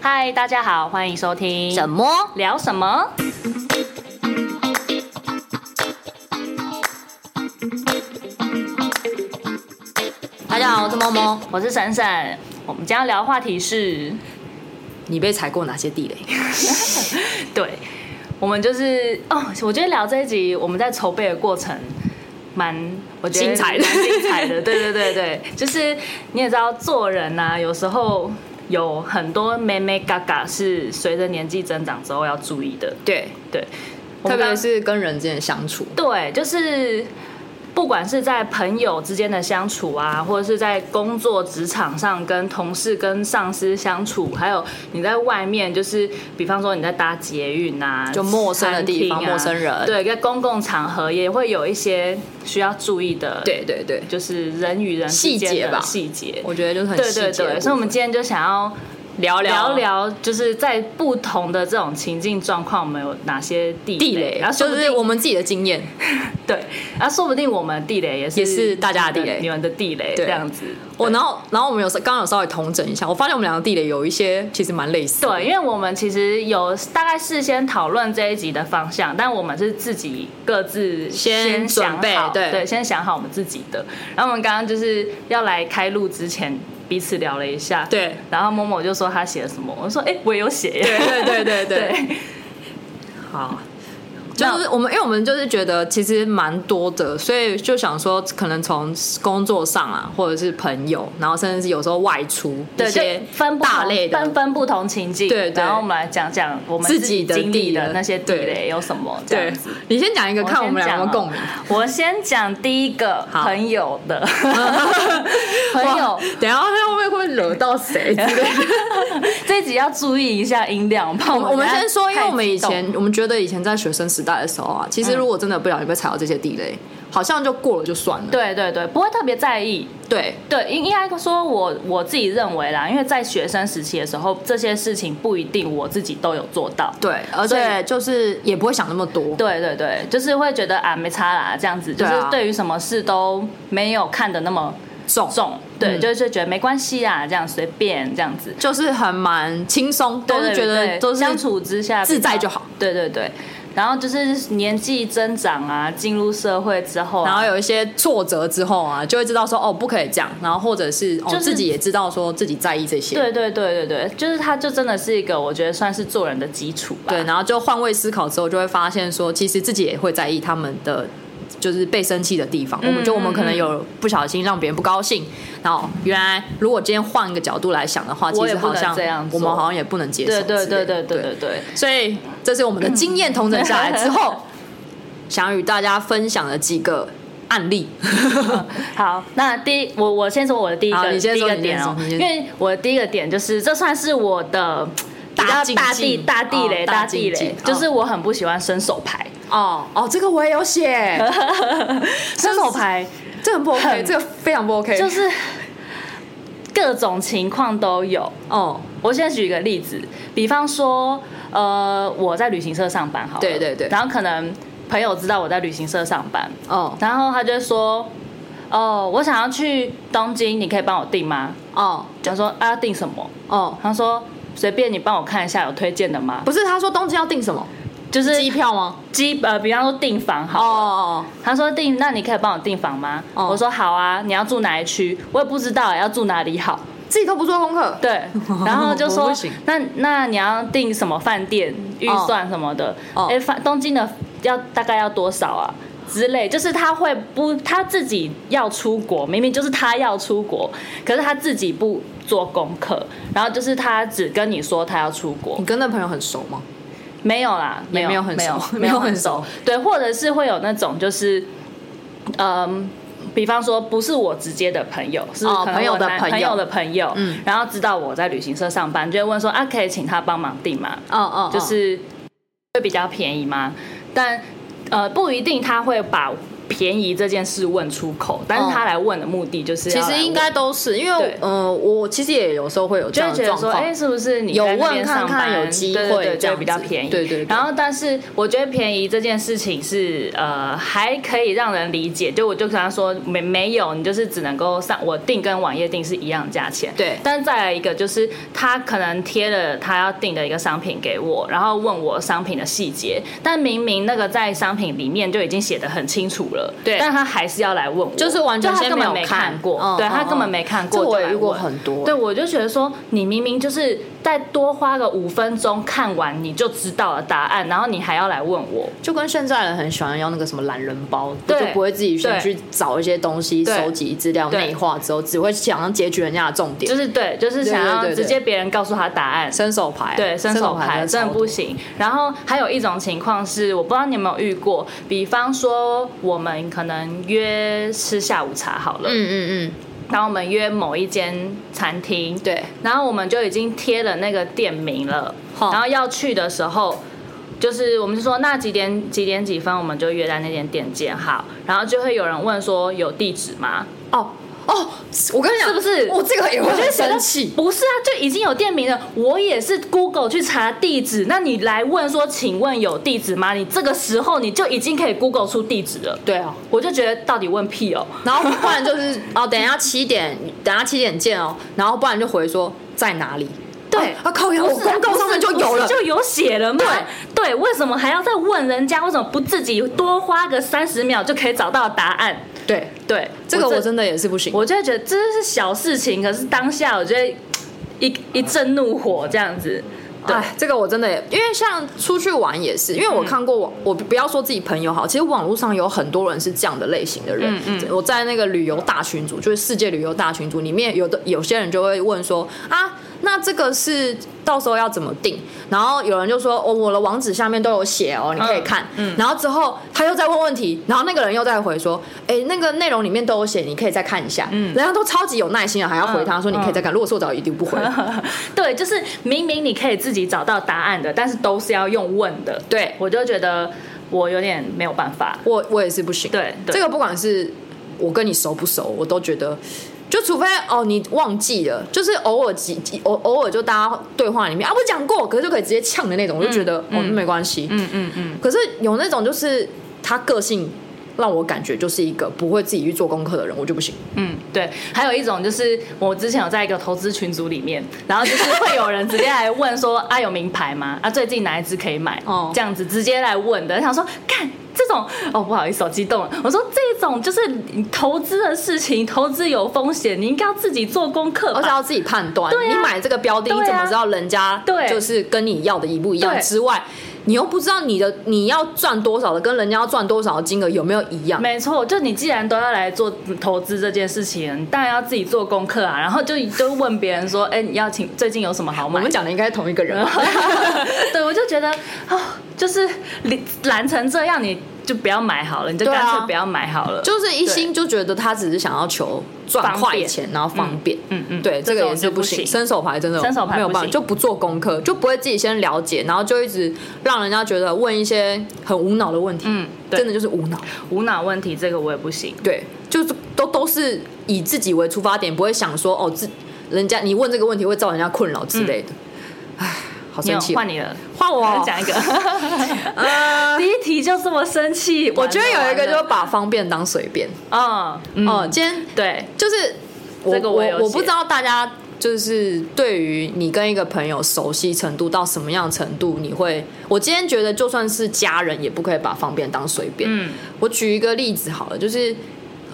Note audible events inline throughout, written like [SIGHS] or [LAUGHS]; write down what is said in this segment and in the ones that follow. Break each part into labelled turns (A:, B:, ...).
A: 嗨，大家好，欢迎收听
B: 什么？
A: 聊什么？
B: 大家好，我是猫猫。
A: 我是闪闪，我们今天要聊的话题是，
B: 你被踩过哪些地雷？
A: 对，我们就是哦，我觉得聊这一集，我们在筹备的过程。蛮我觉得
B: 精彩的
A: 蛮精彩的，对对对对，就是你也知道，做人呐、有时候有很多妹妹嘎嘎是随着年纪增长之后要注意的，
B: 对，
A: 对，我
C: 特
A: 们
C: 别
A: 刚
C: 是跟人之间的相处，
A: 对，就是不管是在朋友之间的相处啊，或者是在工作职场上跟同事、跟上司相处，还有你在外面，就是比方说你在搭捷运啊，
C: 就陌生的地
A: 餐
C: 方
A: 厅啊
C: 陌生人
A: 对，在公共场合也会有一些需要注意的，，
C: 对对对，
A: 就是人与人之
C: 细
A: 间
C: 节
A: 的
C: 吧
A: 细节，
C: 我觉得就是很
A: 对
C: 细
A: 对
C: 节的
A: 对，
C: 部
A: 所以我们
C: 分
A: 今天就想要。
C: 聊
A: 聊聊，就是在不同的这种情境状况，我们有哪些地
C: 地雷
A: 然，后说
C: 就
A: 不
C: 是
A: 定
C: 我们自己的经验，
A: 对，然后说不定我们的地雷也是
C: 也是大家的地雷
A: 你们的地雷
C: 对
A: 这样子。
C: 我然后然后我们有刚刚有稍微统整一下，我发现我们两个地雷有一些其实蛮类似的，
A: 对，因为我们其实有大概事先讨论这一集的方向，但我们是自己各自
C: 先
A: 想
C: 准备
A: 好，
C: 对
A: 先想好我们自己的。然后我们刚刚就是要来开录之前，彼此聊了一下，。
C: 对
A: 然后某某就说他写了什么，我说哎、我也有写耶，
C: 对对对对
A: [LAUGHS]
C: 对，
A: 对
C: 好。就
A: 那
C: 是我们，因为我们就是觉得其实蛮多的，所以就想说，可能从工作上啊，或者是朋友，然后甚至是有时候外出一
A: 对，
C: 些
A: 就分不
C: 大
A: 同
C: 类的
A: 分分不同情境，
C: 对对
A: 然后我们来讲讲我们
C: 自
A: 己
C: 己的
A: 经历
C: 地
A: 的
C: 雷
A: 那些地
C: 对
A: 雷有什么，这
C: 对
A: 样子。，
C: 你先讲一个，看我们俩有没有
A: 先讲
C: 共鸣。
A: 我先讲第一个
C: 好
A: 朋友 [LAUGHS] 的朋友
C: 哇，等一下会不会会惹到谁之
A: [LAUGHS]
C: 类的？
A: 这一集要注意一下音量。怕
C: 我们我们
A: 等下
C: 先说，因为
A: 太
C: 我们以
A: 激动
C: 前我们觉得以前在学生时代的时候啊，其实如果真的不小心被踩到这些地雷，好像就过了就算了。
A: 对对对，不会特别在意。
C: 对
A: 对，应应该说我我自己认为啦，因为在学生时期的时候，这些事情不一定我自己都有做到。
C: 对，而
A: 所以
C: 且就是也不会想那么多。
A: 对对对，就是会觉得啊没差啦，这样子，就
C: 对
A: 是
C: 啊
A: 对于什么事都没有看得那么
C: 重
A: 重，对，
C: 嗯
A: 就是觉得没关系啦，这样随便这样子。
C: 就是很蛮轻松，都是
A: 对对
C: 觉得
A: 对
C: 都是
A: 相处之下
C: 自在
A: 比较
C: 就好。
A: 对对对，然后就是年纪增长啊，进入社会之后、
C: 然
A: 啊，
C: 后有一些挫折之后啊，就会知道说哦不可以这样，然后或者是哦
A: 就是
C: 自己也知道说自己在意这些，
A: 对对对对对，就是它就真的是一个我觉得算是做人的基础吧。
C: 对，然后就换位思考之后，就会发现说，其实自己也会在意他们的。就是被生气的地方，
A: 嗯
C: 我们就我们可能有不小心让别人不高兴，然后原来如果今天换一个角度来想的话，
A: 我
C: 其
A: 也
C: 实
A: 不能
C: 好像
A: 这样做
C: 我们好像也不能接
A: 对
C: 受之类的。
A: 对对对对对对，
C: 所以这是我们的经验统整下来之后，
A: [LAUGHS]
C: 想要与大家分享的几个
A: [LAUGHS]
C: 案例。
A: 好，那第一，我我先说我的第一
C: 好
A: 个
C: 你先
A: 第一
C: 说
A: 个
C: 你
A: 点
C: 先
A: 哦
C: 说，你
A: 因
C: 先
A: 为我的第一个点就是这算是我的比较
C: 大进
A: 大地
C: 进
A: 大地
C: 哦
A: 雷
C: 大
A: 大地
C: 进进
A: 雷，
C: 哦
A: 就是我很不喜欢伸手牌，
C: 哦哦，这个我也有
A: [LAUGHS]
C: 写，
A: 伸手牌
C: 这很不 OK，
A: 很
C: 这个非常不 OK。
A: 就是是各种情况都有。
C: 哦，
A: 我现在举一个例子，比方说，呃，我在旅行社上班好了，
C: 对对对
A: 然后可能朋友知道我在旅行社上班，
C: 哦
A: 然后他就会说，哦，我想要去东京，你可以帮我订吗？
C: 哦
A: 我说啊，要订什么？
C: 哦，
A: 他说随便你帮我看一下有推荐的吗？
C: 不是他说东京要订什么
A: 就是
C: 机票吗？
A: 基呃，比方说订房
C: 哦
A: 好了，
C: 哦
A: 他说订，那你可以帮我订房吗？
C: 哦
A: 我说好啊，你要住哪一区？我也不知道啊要住哪里好。
C: 哦，自己都不做功课，
A: 对，然后就
C: [LAUGHS] 我
A: 说
C: 不行
A: 那那你要订什么饭店、预算什么的？
C: 哦
A: 哎、饭东京的要大概要多少啊？之类，就是他会不他自己要出国，明明就是他要出国，可是他自己不做功课，然后就是他只跟你说他要出国
C: 你，跟那朋友很熟吗？
A: 没有啦，
C: 也
A: 有
C: 没有很
A: 没有
C: 熟
A: 没
C: 没
A: 有
C: 有
A: 很
C: 很熟
A: 熟，对，或者是会有那种就是，嗯。比方说，不是我直接的朋友，是
C: 哦
A: 可能
C: 朋友
A: 我
C: 的
A: 男
C: 朋友
A: 朋友的朋友，
C: 嗯
A: 然后知道我在旅行社上班，就会问说啊，可以请他帮忙订吗？
C: 哦哦
A: 就
C: 就是
A: 是会比较便宜吗？但呃，不一定他会把便宜这件事问出口，但是他来问的目的就是
C: 哦其
A: 要来问，
C: 实应该都是因为
A: 对，
C: 嗯、我其实也有时候会有这
A: 就
C: 样
A: 会
C: 的
A: 觉
C: 状
A: 得说，
C: 况。
A: 哎、是不是你
C: 有
A: 在那
C: 问
A: 边
C: 看
A: 上
C: 看
A: 班
C: 有机
A: 对对
C: 会
A: 对
C: 这
A: 就
C: 样
A: 会比较
C: 子
A: 便宜，
C: 对对对
A: 然后，但是我觉得便宜这件事情是呃还可以让人理解，就我就跟他说没没有，你就是只能够上我订跟网页订是一样的价钱，
C: 对
A: 但再来一个就是他可能贴了他要订的一个商品给我，然后问我商品的细节，但明明那个在商品里面就已经写的很清楚了，
C: 对
A: 但他还是要来问我，
C: 就是完全
A: 就他
C: 先
A: 根
C: 没
A: 本
C: 有
A: 没
C: 看
A: 看过，
C: 嗯
A: 对
C: 嗯
A: 他根本
C: 嗯
A: 没看
C: 这
A: 过，
C: 我也
A: 就来
C: 遇过
A: 问
C: 很多
A: 对，我就觉得说，你明明就是再多花个五分钟看完你就知道了答案，然后你还要来问我，
C: 就跟现在人很喜欢要那个什么懒人包，
A: 对
C: 就不会自己先
A: 对
C: 去找一些东西、
A: 对
C: 收集资料、
A: 对
C: 内化之后，只会想要截取人家的重点，
A: 就是对，就是想
C: 对对
A: 要
C: 对对
A: 直接别人告诉他答案。
C: 伸手牌啊，
A: 对，伸手牌真的
C: 超
A: 不
C: 多
A: 行。然后还有一种情况是，我不知道你有没有遇过，比方说我们可能约吃下午茶好了，
C: 嗯嗯
A: 然后我们约某一间餐厅
C: 嗯，，对，
A: 然后我们就已经贴了那个店名了，
C: 好
A: 然后要去的时候，就是我们就说那几点几点几分我们就约在那间店见好，然后就会有人问说有地址 [LAUGHS] 吗？
C: 哦哦，我跟你讲，
A: 是不是
C: 我这个也会
A: 就
C: 很
A: 觉得
C: 生气，
A: 不是啊，就已经有店名了。我也是 Google 去查地址，那你来问说，请问有地址吗？你这个时候你就已经可以 Google 出地址了。
C: 对啊。
A: 我就觉得到底问屁哦、
C: 然后不然就是哦，等一下七点，等一下七点见哦。然后不然就回说在哪里？
A: 对
C: 啊，靠呀，我
A: 不是啊
C: 公告上面就有了
A: 不是，就有写了嘛。对对，为什么还要再问人家？为什么不自己多花个三十秒就可以找到答案？
C: 对，
A: 对，
C: 这个我
A: 真
C: 真的也是不行。
A: 我就会觉得这是小事情，可是当下我就会一一阵怒火这样子。 [LAUGHS] 对，嗯
C: 哎，这个我真的也，因为像出去玩也是，因为我看过网，我不要说自己朋友好，其实网络上有很多人是这样的类型的人。
A: 嗯嗯
C: 我在那个旅游大群组，就是世界旅游大群组里面，有的有些人就会问说啊，那这个是到时候要怎么定？然后有人就说哦，我的网址下面都有写哦，你可以看。
A: 嗯嗯
C: 然后之后他又在问问题，然后那个人又在回说，哎，那个内容里面都有写，你可以再看一下。
A: 嗯
C: 人家都超级有耐心了，还要回他说你可以再看。如果是我早就一定
A: [LAUGHS]
C: 不回。
A: 对，就是明明你可以自己找到答案的，但是都是要用问的。
C: 对
A: 我就觉得我有点没有办法。
C: 我我也是不行。
A: 对对
C: 这个不管是我跟你熟不熟，我都觉得，就除非哦你忘记了，就是偶尔几几偶偶尔就大家对话里面啊我讲过，可是就可以直接呛的那种，我就觉得、哦
A: 嗯
C: 那没关系。
A: 嗯嗯嗯，
C: 可是有那种就是他个性让我感觉就是一个不会自己去做功课的人，我就不行。
A: 嗯，对，还有一种就是我之前有在一个投资群组里面，然后就是会有人直接来问说啊有名牌吗？ [LAUGHS] 啊最近哪一只可以买？
C: 哦
A: 哦，这样子直接来问的，想说看这种哦不好意思，我激动了。我说这种就是你投资的事情，投资有风险，你应该要自己做功课吧。
C: 而且要自己判断，
A: 对啊
C: 你买这个标的，
A: 对啊
C: 你怎么知道人家
A: 对
C: 就是跟你要的一不一样？
A: 对
C: 之外，你又不知道你的你要赚多少的跟人家要赚多少的金额有没有一样？
A: 没错，就你既然都要来做投资这件事情，你当然要自己做功课啊。然后就就问别人说，哎、你要请最近有什么好
C: 我
A: 买
C: 们
A: 的？
C: 讲的应该是同一个人
A: [LAUGHS]
C: 吧。
A: 对，我就觉得啊、就是懒成这样，你就不要买好了，你就
C: 对啊
A: 干脆不要买好了。
C: 就是一心就觉得他只是想要求赚快钱，然后方便。
A: 嗯嗯，
C: 对，这个也
A: 种
C: 是
A: 就
C: 不
A: 不
C: 行，伸手牌真的
A: 伸手牌
C: 没有
A: 不
C: 办法，
A: 行
C: 就不做功课，就不会自己先了解，然后就一直让人家觉得问一些很无脑的问题，
A: 嗯对
C: 真的就是无脑，
A: 无脑问题这个我也不行。
C: 对，就是都都是以自己为出发点，不会想说哦，自人家你问这个问题会造成人家困扰之类的，唉，好
A: 嗯你有
C: 生气哦，
A: 换你了，
C: 换我
A: 我
C: 哦
A: 讲一个，
C: [LAUGHS] 呃，
A: 第一题就这么生气。
C: 我觉得有一个就是
A: 完了，
C: 把方便当随便，
A: 嗯
C: 哦、
A: 嗯，
C: 今天
A: 对，
C: 就是我
A: 这个我
C: 我
A: 有
C: 我不
A: 写
C: 知道大家就是对于你跟一个朋友熟悉程度到什么样程度，你会我今天觉得就算是家人也不可以把方便当随便。
A: 嗯
C: 我举一个例子好了，就是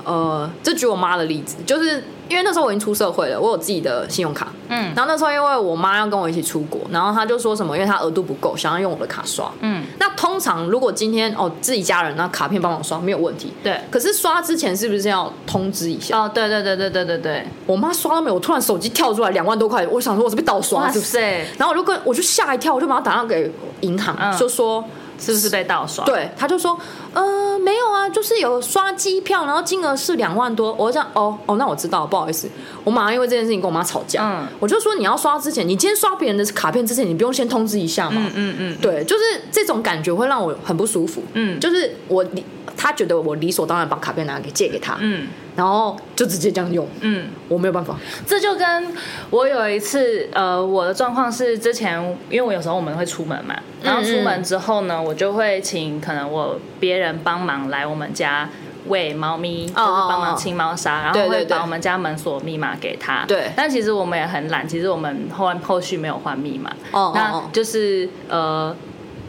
C: 呃，就举我妈的例子，就是因为那时候我已经出社会了，我有自己的信用卡，
A: 嗯
C: 然后那时候因为我妈要跟我一起出国，然后她就说什么，因为她额度不够，想要用我的卡刷，
A: 嗯，
C: 那通常如果今天哦自己家人那卡片帮忙刷没有问题，
A: 对。
C: 可是刷之前是不是要通知一下？
A: 哦，对对对对对对对，
C: 我妈刷到没有，我突然手机跳出来两万多块，我想说我是被盗刷
A: 哇
C: 是不是？
A: 塞，
C: 然后我就跟我就吓一跳，我就马上打电话给银行，
A: 嗯
C: 就说
A: 是不是被盗刷？
C: 对，他就说，呃，没有啊，就是有刷机票，然后金额是两万多。我就这样，哦哦，那我知道，不好意思，我马上因为这件事情跟我妈吵架。
A: 嗯
C: 我就说你要刷之前，你今天刷别人的卡片之前，你不用先通知一下吗？
A: 嗯嗯嗯，
C: 对，就是这种感觉会让我很不舒服。
A: 嗯
C: 就是我理他觉得我理所当然把卡片拿给借给他，
A: 嗯
C: 然后就直接这样用，
A: 嗯，
C: 我没有办法。
A: 这就跟我有一次，呃，我的状况是之前，因为我有时候我们会出门嘛，
C: 嗯
A: 然后出门之后呢，我就会请可能我别人帮忙来我们家喂猫咪，就是
C: 哦哦哦
A: 帮忙清猫砂，然
C: 对
A: 后
C: 对
A: 会把
C: 对
A: 我们家门锁密码给他。
C: 对
A: 但其实我们也很懒，其实我们后后续没有换密码。
C: 哦哦
A: 那
C: 哦
A: 就是呃。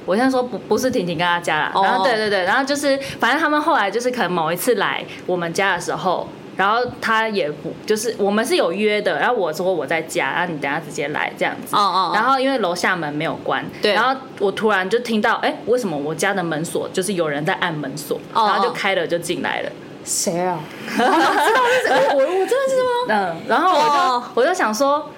A: 我先说不不是婷婷跟她家啦，
C: 哦
A: 然后对对对，然后就是反正他们后来就是可能某一次来我们家的时候，然后他也不就是我们是有约的，然后我说我在家，然后你等一下直接来这样子。
C: 哦哦哦
A: 然后因为楼下门没有关，
C: 对
A: 然后我突然就听到，哎，为什么我家的门锁就是有人在按门锁，
C: 哦哦
A: 然后就开了就进来了。
C: 谁啊？知道是谁？我我真的是吗？
A: 嗯，然后我就、
C: 哦
A: 我就想说。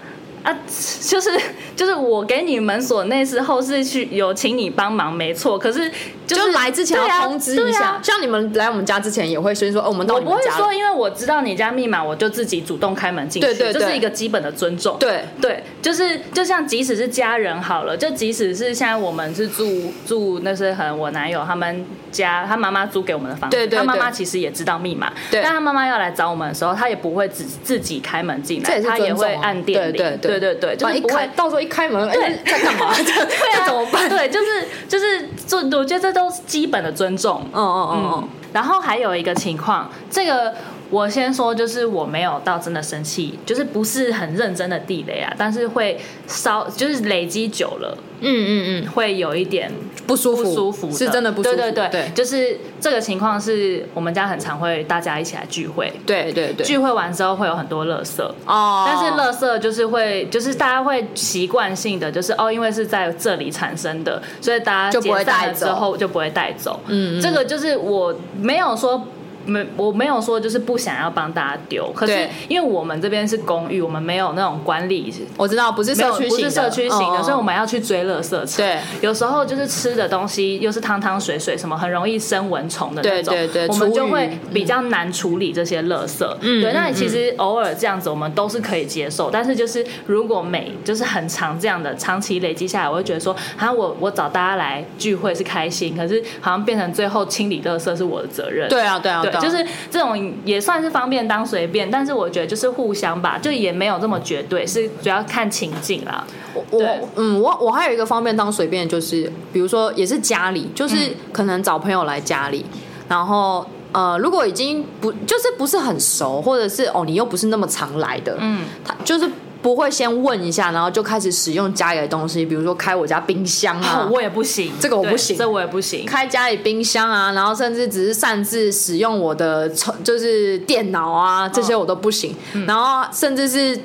A: 啊， [LAUGHS] 就是就是我给你门锁那时候是去有请你帮忙，没错。可是
C: 就是来之前
A: 对
C: 要
A: 啊
C: 通知一
A: 对
C: 下，
A: 啊
C: 像你们来我们家之前也会先说，哦，我们到
A: 我
C: 你
A: 不
C: 们
A: 会
C: 家了
A: 说，因为我知道你家密码，我就自己主动开门进去，
C: 对对对
A: 这是一个基本的尊重。
C: 对
A: 对，就是就像即使是家人好了，就即使是现在我们是住住那是很我男友他们家，他妈妈租给我们的房子，
C: 对对
A: 他妈妈
C: 对
A: 其实也知道密码，
C: 对
A: 但他妈妈要来找我们的时候，他也不会自自己开门进
C: 这也
A: 来，
C: 是
A: 他也
C: 尊重
A: 会
C: 啊
A: 按电铃，对
C: 对对
A: 对对，就
C: 不然
A: 是
C: 一
A: 不
C: 开 [LAUGHS]
A: 会
C: 到时候一开门，哎，在干 [LAUGHS] 嘛？这
A: 对啊
C: 这怎么办？
A: 对，就是就是这，我觉得这都是基本的尊重。
C: 嗯嗯嗯
A: 嗯
C: 嗯，，
A: 然后还有一个情况，这个我先说，就是我没有到真的生气，就是不是很认真的地雷啊，但是会稍就是累积久了，
C: 嗯嗯嗯，
A: 会有一点
C: 不舒
A: 不
C: 服，
A: 舒服，
C: 是真的不舒服，
A: 对对
C: 对
A: 就是这个情况是我们家很常会大家一起来聚会，
C: 对对对，
A: 聚会完之后会有很多垃圾，
C: 哦，
A: 但是垃圾就是会，就是大家会习惯性的，就是哦，因为是在这里产生的，所以大家
C: 就不会
A: 解散
C: 带
A: 了之
C: 走
A: 后就不会带走。
C: 嗯嗯
A: 这个就是我没有说。没，我没有说就是不想要帮大家丢，可是
C: 对
A: 因为我们这边是公寓，我们没有那种管理，
C: 我知道不是
A: 没有
C: 社区
A: 不
C: 型的，
A: 是社区型的，
C: 嗯
A: 所以我们要去追垃圾车。
C: 对，
A: 有时候就是吃的东西又是汤汤水水，什么很容易生蚊虫的那种，
C: 对对对
A: 我们就
C: 厨
A: 会
C: 余
A: 比较难处理这些垃圾。
C: 嗯
A: 对，
C: 嗯
A: 那其实偶尔这样子我们都是可以接受，但是就是如果每就是很长这样的长期累积下来，我会觉得说，啊，我我找大家来聚会是开心，可是好像变成最后清理垃圾是我的责任。
C: 对啊对啊
A: 对，
C: 啊
A: 就是这种也算是方便当随便，但是我觉得就是互相吧，就也没有这么绝对，是主要看情境啦。
C: 我
A: 对
C: 我嗯，我我还有一个方便当随便，就是比如说也是家里，
A: 嗯
C: 就是可能找朋友来家里，然后呃，如果已经不就是不是很熟，或者是哦你又不是那么常来的，
A: 嗯，
C: 他就是不会先问一下，然后就开始使用家里的东西，比如说开我家冰箱
A: [LAUGHS]
C: 啊
A: 哦，。我也不行，
C: 这个我
A: 对
C: 不行
A: 这我也不行。
C: 开家里冰箱啊，然后甚至只是擅自使用我的充就是电脑
A: 嗯
C: 啊，这些我都不行。然后甚至是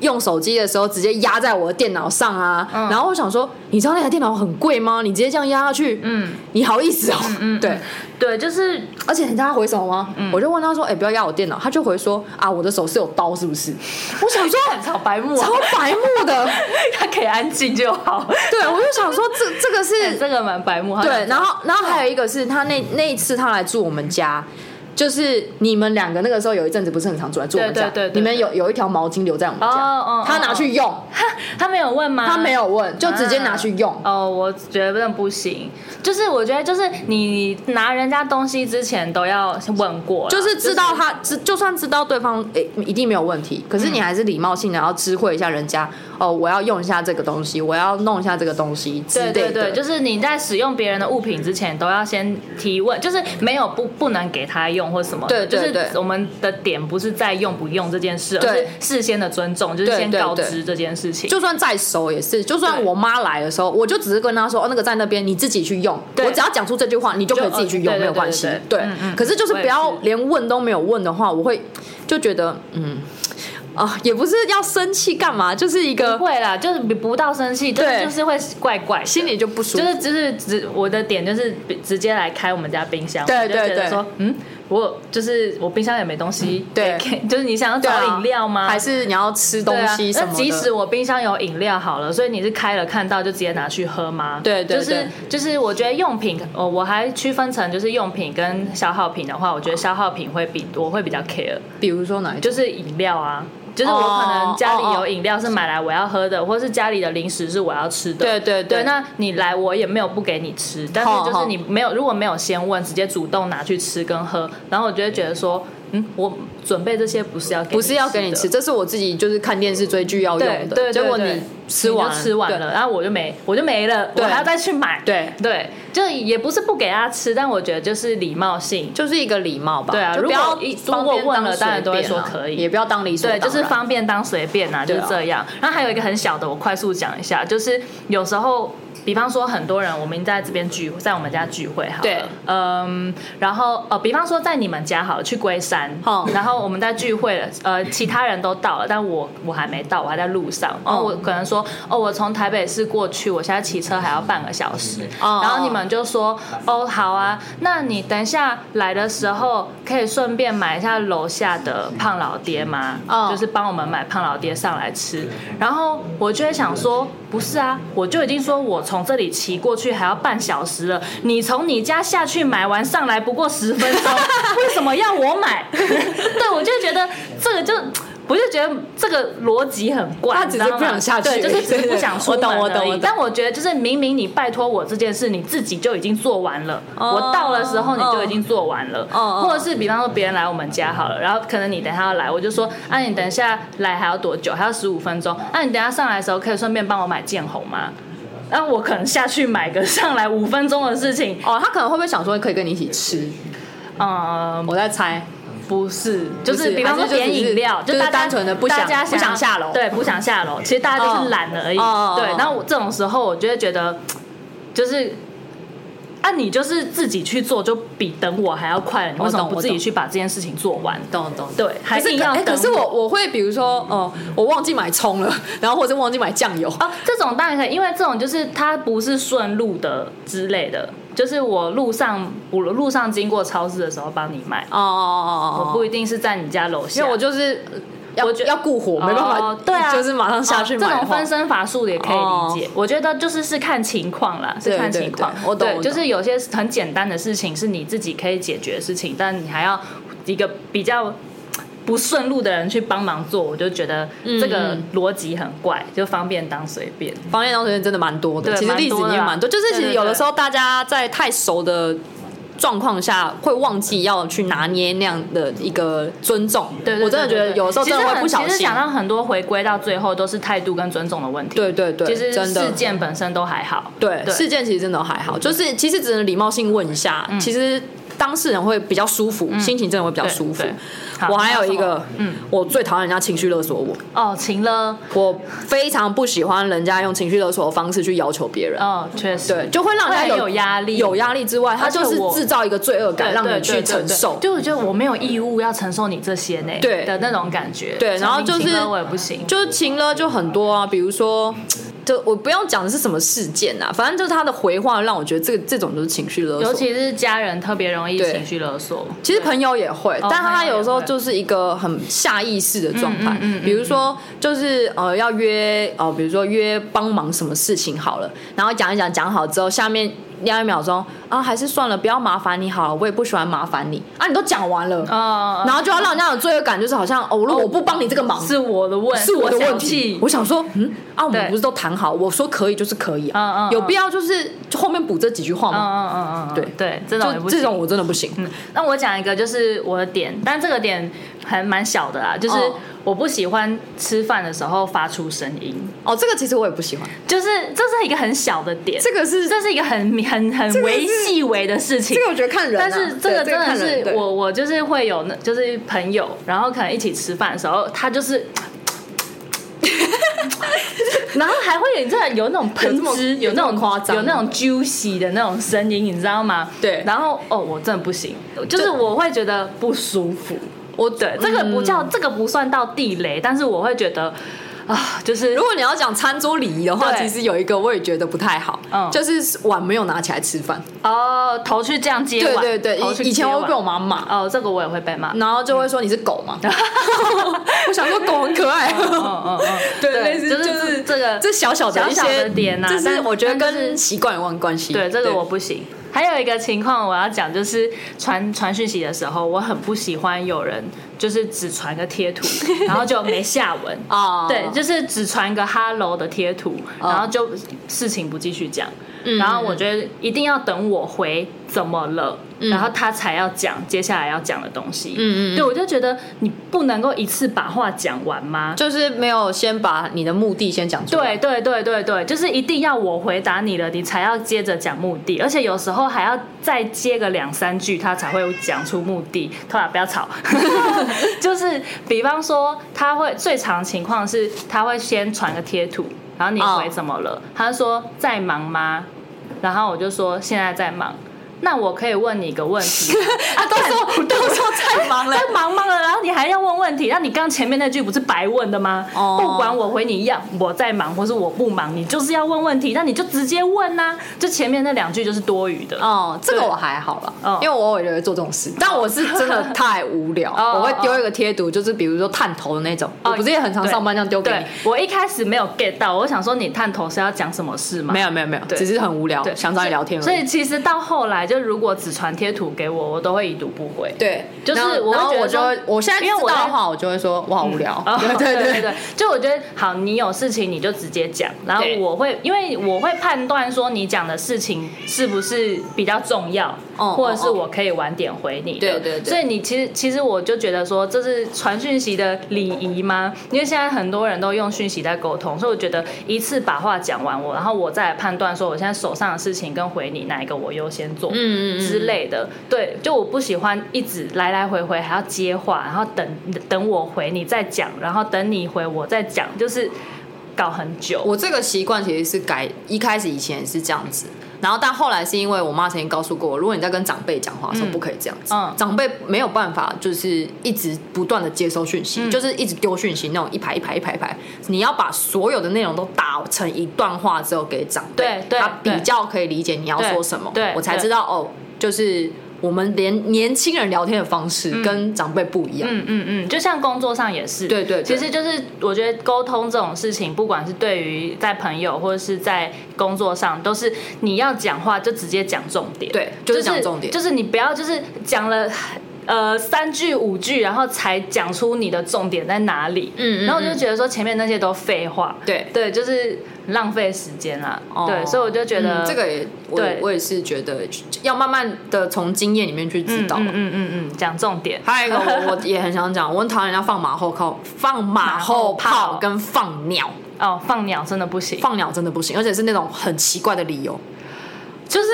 C: 用手机的时候直接压在我的电脑上啊，
A: 嗯
C: 然后我想说，你知道那台电脑很贵吗？你直接这样压下去，
A: 嗯，
C: 你好意思哦？
A: 嗯
C: 对，
A: 对，就是
C: 而且你知道他回什么吗？我就问他说，哎、不要压我电脑，他就回说啊，我的手是有刀是不是？我想
A: [LAUGHS]
C: 说
A: 草白目啊
C: 超，白目的，
A: 他可以安静就好。
C: 对我就想说这这个是
A: 对，这个蛮白目。他
C: 对，然后然后还有一个是他那那一次他来住我们家。就是你们两个那个时候有一阵子不是很常住来住我们家，
A: 对对对对
C: 你们有有一条毛巾留在我们家，
A: 哦哦哦啊
C: 他拿去用，
A: 他没有问吗？
C: 他没有问，就直接拿去用。
A: 哦，我觉得真的不行。就是我觉得，就是你拿人家东西之前都要问过啦，
C: 就是知道他知，就算知道对方诶、一定没有问题，可
A: 嗯
C: 是你还是礼貌性的要知会一下人家哦，我要用一下这个东西，我要弄一下这个东西之
A: 对
C: 类的。
A: 对对，就是你在使用别人的物品之前，都要先提问，就是没有不不能给他用或什么的。
C: 对对
A: 就
C: 对
A: 是我们的点不是在用不用这件事，而是
C: 对
A: 事先的尊重，就是
C: 对
A: 先
C: 对
A: 告
C: 对
A: 知这件事情。
C: 就算再熟也是，就算
A: 对
C: 我妈来的时候，我就只是跟她说：“哦，那个在那边，你自己去用。”
A: 对
C: 我只要讲出这句话，你就可以自己去用，
A: 就哦
C: 没有关系
A: 对对。对
C: 对
A: 对嗯嗯，
C: 可是就是
A: 我也
C: 不要
A: 是
C: 连问都没有问的话，我会就觉得嗯啊，也不是要生气干嘛，就是一
A: 不
C: 个
A: 会啦，就是不不到生气，就是
C: 对
A: 就是会怪怪的，
C: 心里就不舒
A: 就
C: 服。
A: 是就是直我的点就是直直接来开我们家冰箱，
C: 对
A: 我就觉得
C: 对对嗯
A: 说嗯，我就是我冰箱也没东西，
C: 对啊
A: 可以就是你想要找饮料吗？
C: 还是你要吃东
A: 对啊
C: 西什
A: 那
C: 么的？
A: 即使我冰箱有饮料好了，所以你是开了看到就直接拿去喝吗？
C: 对对
A: 就是就是，我觉得用品，呃，我还区分成就是用品跟消耗品的话，我觉得消耗品会比我会比较 care，
C: 比如说哪一种？
A: 就是饮料啊。就是我
C: 哦
A: 可能家里
C: 哦哦
A: 有饮料是买来我要喝的，或是家里的零食是我要吃的。
C: 对
A: 对
C: 对对
A: 那你来我也没有不给你吃，但是
C: 好
A: 就是
C: 好
A: 你没有如果没有先问，直接主动拿去吃跟喝，然后我就会觉得说，嗯，我准备这些不是要给
C: 不是要给
A: 你
C: 你
A: 的
C: 吃，这是我自己就是看电视追剧要用
A: 对
C: 的。
A: 对，
C: 结果
A: 对
C: 你吃
A: 你就
C: 完
A: 吃完
C: 对
A: 了，然后我就没我就没了，我
C: 对
A: 还要再去买。
C: 对
A: 对，就也不是不给他吃，但我觉得就是礼貌性。
C: 就是一个礼貌吧。
A: 对啊
C: 就不
A: 如
C: 要
A: 果一
C: 方便
A: 如果问了当
C: 当随便啊
A: 然都会说可以
C: 也不要当理所
A: 对，
C: 当然。
A: 就是方便当随便啊，就是
C: 对啊
A: 这样。然后还有一个很小的，我快速讲一下，就是有时候，比方说很多人，我们在这边聚，在我们家聚会好了，
C: 对
A: 嗯，然后呃，比方说在你们家好了，去龟山，
C: 哦
A: 然后我们在聚会了，呃，其他人都到了，但我我还没到，我还在路上，然后我可能说，哦，我从台北市过去，我现在骑车还要半个小时，
C: 哦
A: 然后你们就说，哦，好啊，那你等一下来的时候可以顺便买一下楼下的胖老爹吗？
C: 哦
A: 就是帮我们买胖老爹上来吃。然后我就会想说，不是啊，我就已经说我从这里骑过去还要半小时了，你从你家下去买完上来不过十分钟，
C: [LAUGHS]
A: 为什么要我买？对，我就觉得这个就。我就觉得这个逻辑很怪，
C: 他只是
A: 你知道吗
C: 不想下去
A: 对，就是只是不想出
C: 我懂
A: 门
C: 我懂
A: 而已
C: 我懂
A: 但我觉得就是明明你拜托我这件事，你自己就已经做完了，
C: 哦
A: 我到的时候你就已经做完了，
C: 哦哦
A: 或者是比方说别人来我们家好了，然后可能你等一下要来，我就说啊，你等一下来还要多久？还要十五分钟。那、你等一下上来的时候可以顺便帮我买建红吗？那、我可能下去买个上来五分钟的事情，
C: 哦，他可能会不会想说可以跟你一起吃？
A: 嗯，
C: 我在猜，
A: 不是，就
C: 不
A: 是
C: 是
A: 比方说
C: 还是就
A: 点
C: 只是
A: 饮料，
C: 就是
A: 大家
C: 单纯的不想
A: 大家
C: 不想下楼
A: 对，不想下楼。其实大家就是懒了而已。
C: 哦哦哦
A: 对
C: 哦，
A: 然后我这种时候，我就会觉得，就是。啊，你就是自己去做，就比等我还要快了。你为什么
C: 我懂
A: 不自己去把这件事情做完？
C: 懂懂。
A: 对，还
C: 可
A: 是
C: 是
A: 要
C: 可哎
A: 等。
C: 可是我我会比如说，哦，我忘记买葱了， [LAUGHS] 然后或者忘记买酱油，
A: 哦，这种当然可以，因为这种就是它不是顺路的之类的，就是我路上我路上经过超市的时候帮你买，
C: 哦哦
A: 我不一定是在你家楼下。
C: 因为我就是呃要
A: 我觉
C: 要顾火，没办法，
A: 哦对啊，
C: 就是马上下去
A: 哦
C: 买
A: 这
C: 的话。
A: 种分身乏术的也可以理解，哦我觉得就是是看情况啦，是
C: 对
A: 看情况
C: 对。对我
A: 对
C: 懂我懂
A: 就是有些很简单的事情是你自己可以解决的事情，但你还要一个比较。不顺路的人去帮忙做，我就觉得这个逻辑很怪，就方便当随便。
C: 方言当时真的蛮多的，
A: 对
C: 其实例子也蛮
A: 蛮多的啦
C: 多，就是其
A: 对
C: 实
A: 对
C: 有的时候大家在太熟的状况下，会忘记要去拿捏那样的一个尊重。
A: 对对对
C: 我真的觉
A: 对
C: 得
A: 对
C: 有的时候
A: 其
C: 真
A: 实
C: 的会
A: 很
C: 不小
A: 其实
C: 心
A: 讲。到很多，回归到最后都是态度跟尊重的问题。
C: 对对对，
A: 其实
C: 真
A: 事
C: 的。
A: 件本身都还好。
C: 对
A: 对嗯
C: 事件其实真的还好，就是其实只能礼貌性问一下，其实当事人会比较舒服，心情真的会比较
A: 对
C: 舒
A: 嗯
C: 服
A: 对。好
C: 我还有一
A: 那
C: 个，嗯，我最讨厌人家情绪勒索我，
A: 哦，晴了，
C: 我非常不喜欢人家用情绪勒索的方式去要求别人。
A: 哦，确实，
C: 对，就会让人家
A: 会很有压力
C: 有压力之外，他
A: 而且
C: 就是
A: 我
C: 制造一个罪恶感，
A: 对
C: 让
A: 对
C: 你去
A: 对对
C: 承
A: 对
C: 受。
A: 就我觉得我没有义务要承受你这些呢，
C: 对
A: 的那种感觉。
C: 对
A: 像
C: 然后
A: 你
C: 就是
A: 请了我也不行。
C: 就是情了就很多啊，比如说，就我不用讲的是什么事件啊，反正就是他的回话让我觉得这个这种就是情绪勒
A: 尤
C: 索。
A: 其是家人特别容易
C: 对
A: 情绪勒索，
C: 其实朋友也会，但
A: 朋友
C: 他
A: 也
C: 有时候
A: 会
C: 就是一个很下意识的状态
A: 嗯嗯嗯嗯，
C: 比如说就是呃要约哦、呃，比如说约帮忙什么事情好了，然后讲一讲讲好之后，下面两一秒钟啊还是算了，不要麻烦你好了，我也不喜欢麻烦你啊，你都讲完了，
A: 哦，
C: 然后就要让人家有罪恶感，就是好像哦，如果我不帮你这个忙，
A: 是我的问，
C: 是我的问
A: 小
C: 题
A: 气。
C: 我想说，嗯，啊，我
A: 对
C: 们不是都谈好，我说可以就是可以啊，
A: 嗯嗯嗯
C: 有必要就是就后面补这几句话
A: 嗯
C: 吗？
A: 嗯嗯嗯，
C: 对
A: 对，这种也
C: 就
A: 不
C: 这
A: 行。
C: 种我真的不行。
A: 嗯，那我讲一个就是我的点，但这个点还蛮小的啦，就是
C: 哦
A: 我不喜欢吃饭的时候发出声音，
C: 哦，这个其实我也不喜欢，
A: 就是这是一个很小的点，
C: 这个是
A: 这是一个很很很
C: 这个是
A: 微细微的事情
C: 这。个我觉得看人啊，
A: 但是这个
C: 对
A: 真的
C: 看人
A: 是
C: 对
A: 我，我就是会有那，就是朋友，然后可能一起吃饭的时候，他
C: [LAUGHS]
A: 就是，然后还会有你知道有那种喷汁，
C: 有这
A: 那
C: 么有这么
A: 种
C: 夸张
A: 有那种 juicy 的那种声音，你知道吗？
C: 对
A: 然后哦，我真的不行，就是我会觉得
C: 嗯
A: 不舒服。我对这个不叫、这个不算到地雷，但是我会觉得。啊，就是
C: 如果你要讲餐桌礼仪的话，
A: 对
C: 其实有一个我也觉得不太好，
A: 嗯
C: 就是碗没有拿起来吃饭。
A: 哦，头去这样接
C: 对
A: 碗，
C: 对对，
A: 头去
C: 以以
A: 接
C: 前我
A: 碗
C: 会被我妈骂，
A: 哦，这个我也会被骂。嗯
C: 然后就会说你是
A: [LAUGHS]
C: 狗嘛。 [LAUGHS] 我想说狗很可爱，
A: 嗯嗯，
C: 对，类似
A: 就是这个
C: 这小小的一
A: 小小
C: 些
A: 的点啊
C: 这是
A: 但
C: 我觉得
A: 但就是
C: 跟习惯有关关系。
A: 对，这个我不行。还有一个情况我要讲，就是传传讯息的时候，我很不喜欢有人就是只传个贴 [LAUGHS] 图，然后就没下文。
C: 啊，
A: 对，就是只传个 hello 的贴图，然后就事情不继续讲。然后我觉得一定要等我回怎么了，然后他才要讲接下来要讲的东西。
C: 嗯嗯嗯
A: 对我就觉得你不能够一次把话讲完吗？
C: 就是没有先把你的目的先讲出来。
A: 对对对对对，就是一定要我回答你了，你才要接着讲目的，而且有时候还要再接个两三句，他才会讲出目的。好啦，不要
C: [LAUGHS]
A: 吵，就是比方说，他会最常情况是他会先传个贴图，然后你
C: 哦
A: 回怎么了？他说在忙吗？然后我就说现在在忙。那我可以问你一个问题吗，
C: 啊，都
A: [LAUGHS]
C: 说都说太忙了
A: 在，忙忙了，然后你还要问问题，那你刚前面那句不是白问的吗？
C: 哦
A: 不管我回你一样，我在忙或是我不忙，你就是要问问题，那你就直接问呐、就前面那两句就是多余的。
C: 哦，这个
A: 对
C: 我还好啦，
A: 嗯
C: 因为我偶尔也会做这种事，但我是真的太无聊，
A: 哦
C: 我会丢一个贴图，就是比如说探头的那种，我不是也很常上班这样丢给
A: 对
C: 你？，
A: 我一开始没有 get 到，我想说你探头是要讲什么事吗？
C: 没有没有没有，
A: 对
C: 只是很无聊，
A: 对，
C: 想找你聊天而已。
A: 所以其实到后来，就如果只传贴图给我，我都会已读不回。
C: 对，
A: 就是
C: 然后
A: 我会
C: 然后
A: 觉得
C: 我就会
A: 说，
C: 我现在知
A: 因为我
C: 道的
A: 在
C: 话，我就会说我好无聊
A: 哦，
C: [LAUGHS] 对
A: 对
C: 对
A: 对，，就我觉得好，你有事情你就直接讲，然后
C: 对
A: 我会，因为我会判断说你讲的事情是不是比较重要，
C: 哦
A: 或者是
C: 哦哦
A: 我可以晚点回你的。
C: 对对对
A: 所以你其实其实我就觉得说这是传讯息的礼仪吗？因为现在很多人都用讯息在沟通，所以我觉得一次把话讲完我，然后我再来判断说我现在手上的事情跟回你哪一个我优先做。
C: 嗯嗯嗯，
A: 之类的。对，就我不喜欢一直来来回回还要接话，然后等等我回你再讲，然后等你回我再讲，就是搞很久。
C: 我这个习惯其实是改，一开始以前也是这样子，然后但后来是因为我妈曾经告诉过我，如果你在跟长辈讲话的时候，
A: 嗯
C: 不可以这样子，
A: 嗯
C: 长辈没有办法就是一直不断的接收讯息，就是一直丢讯息那种一排一排一排一排，你要把所有的内容都打成一段话之后给长辈，
A: 对对
C: 他
A: 对
C: 比较可以理解你要说什么，
A: 对对
C: 我才知道哦，就是我们连年轻人聊天的方式跟长辈不一样，
A: 嗯嗯嗯，就像工作上也是，
C: 对对对
A: 其实就是我觉得沟通这种事情，不管是对于在朋友或者是在工作上，都是你要讲话就直接讲重点，
C: 对就是讲重点
A: 就是你不要就是讲了。呃，三句五句，然后才讲出你的重点在哪里。
C: 嗯嗯
A: 然后我就
C: 嗯
A: 觉得说前面那些都废话。
C: 对
A: 对，就是浪费时间啦。
C: 哦
A: 对，所以我就觉得、
C: 嗯这个也我
A: 对
C: 我也是觉得要慢慢的从经验里面去知道
A: 嗯嗯嗯嗯，讲重点。
C: 还有一个我我也很想讲，我很讨厌人家放马后炮、放马后
A: 马后炮
C: 炮跟放鸟，
A: 哦，放鸟真的不行。
C: 放鸟真的不行，而且是那种很奇怪的理由，就是。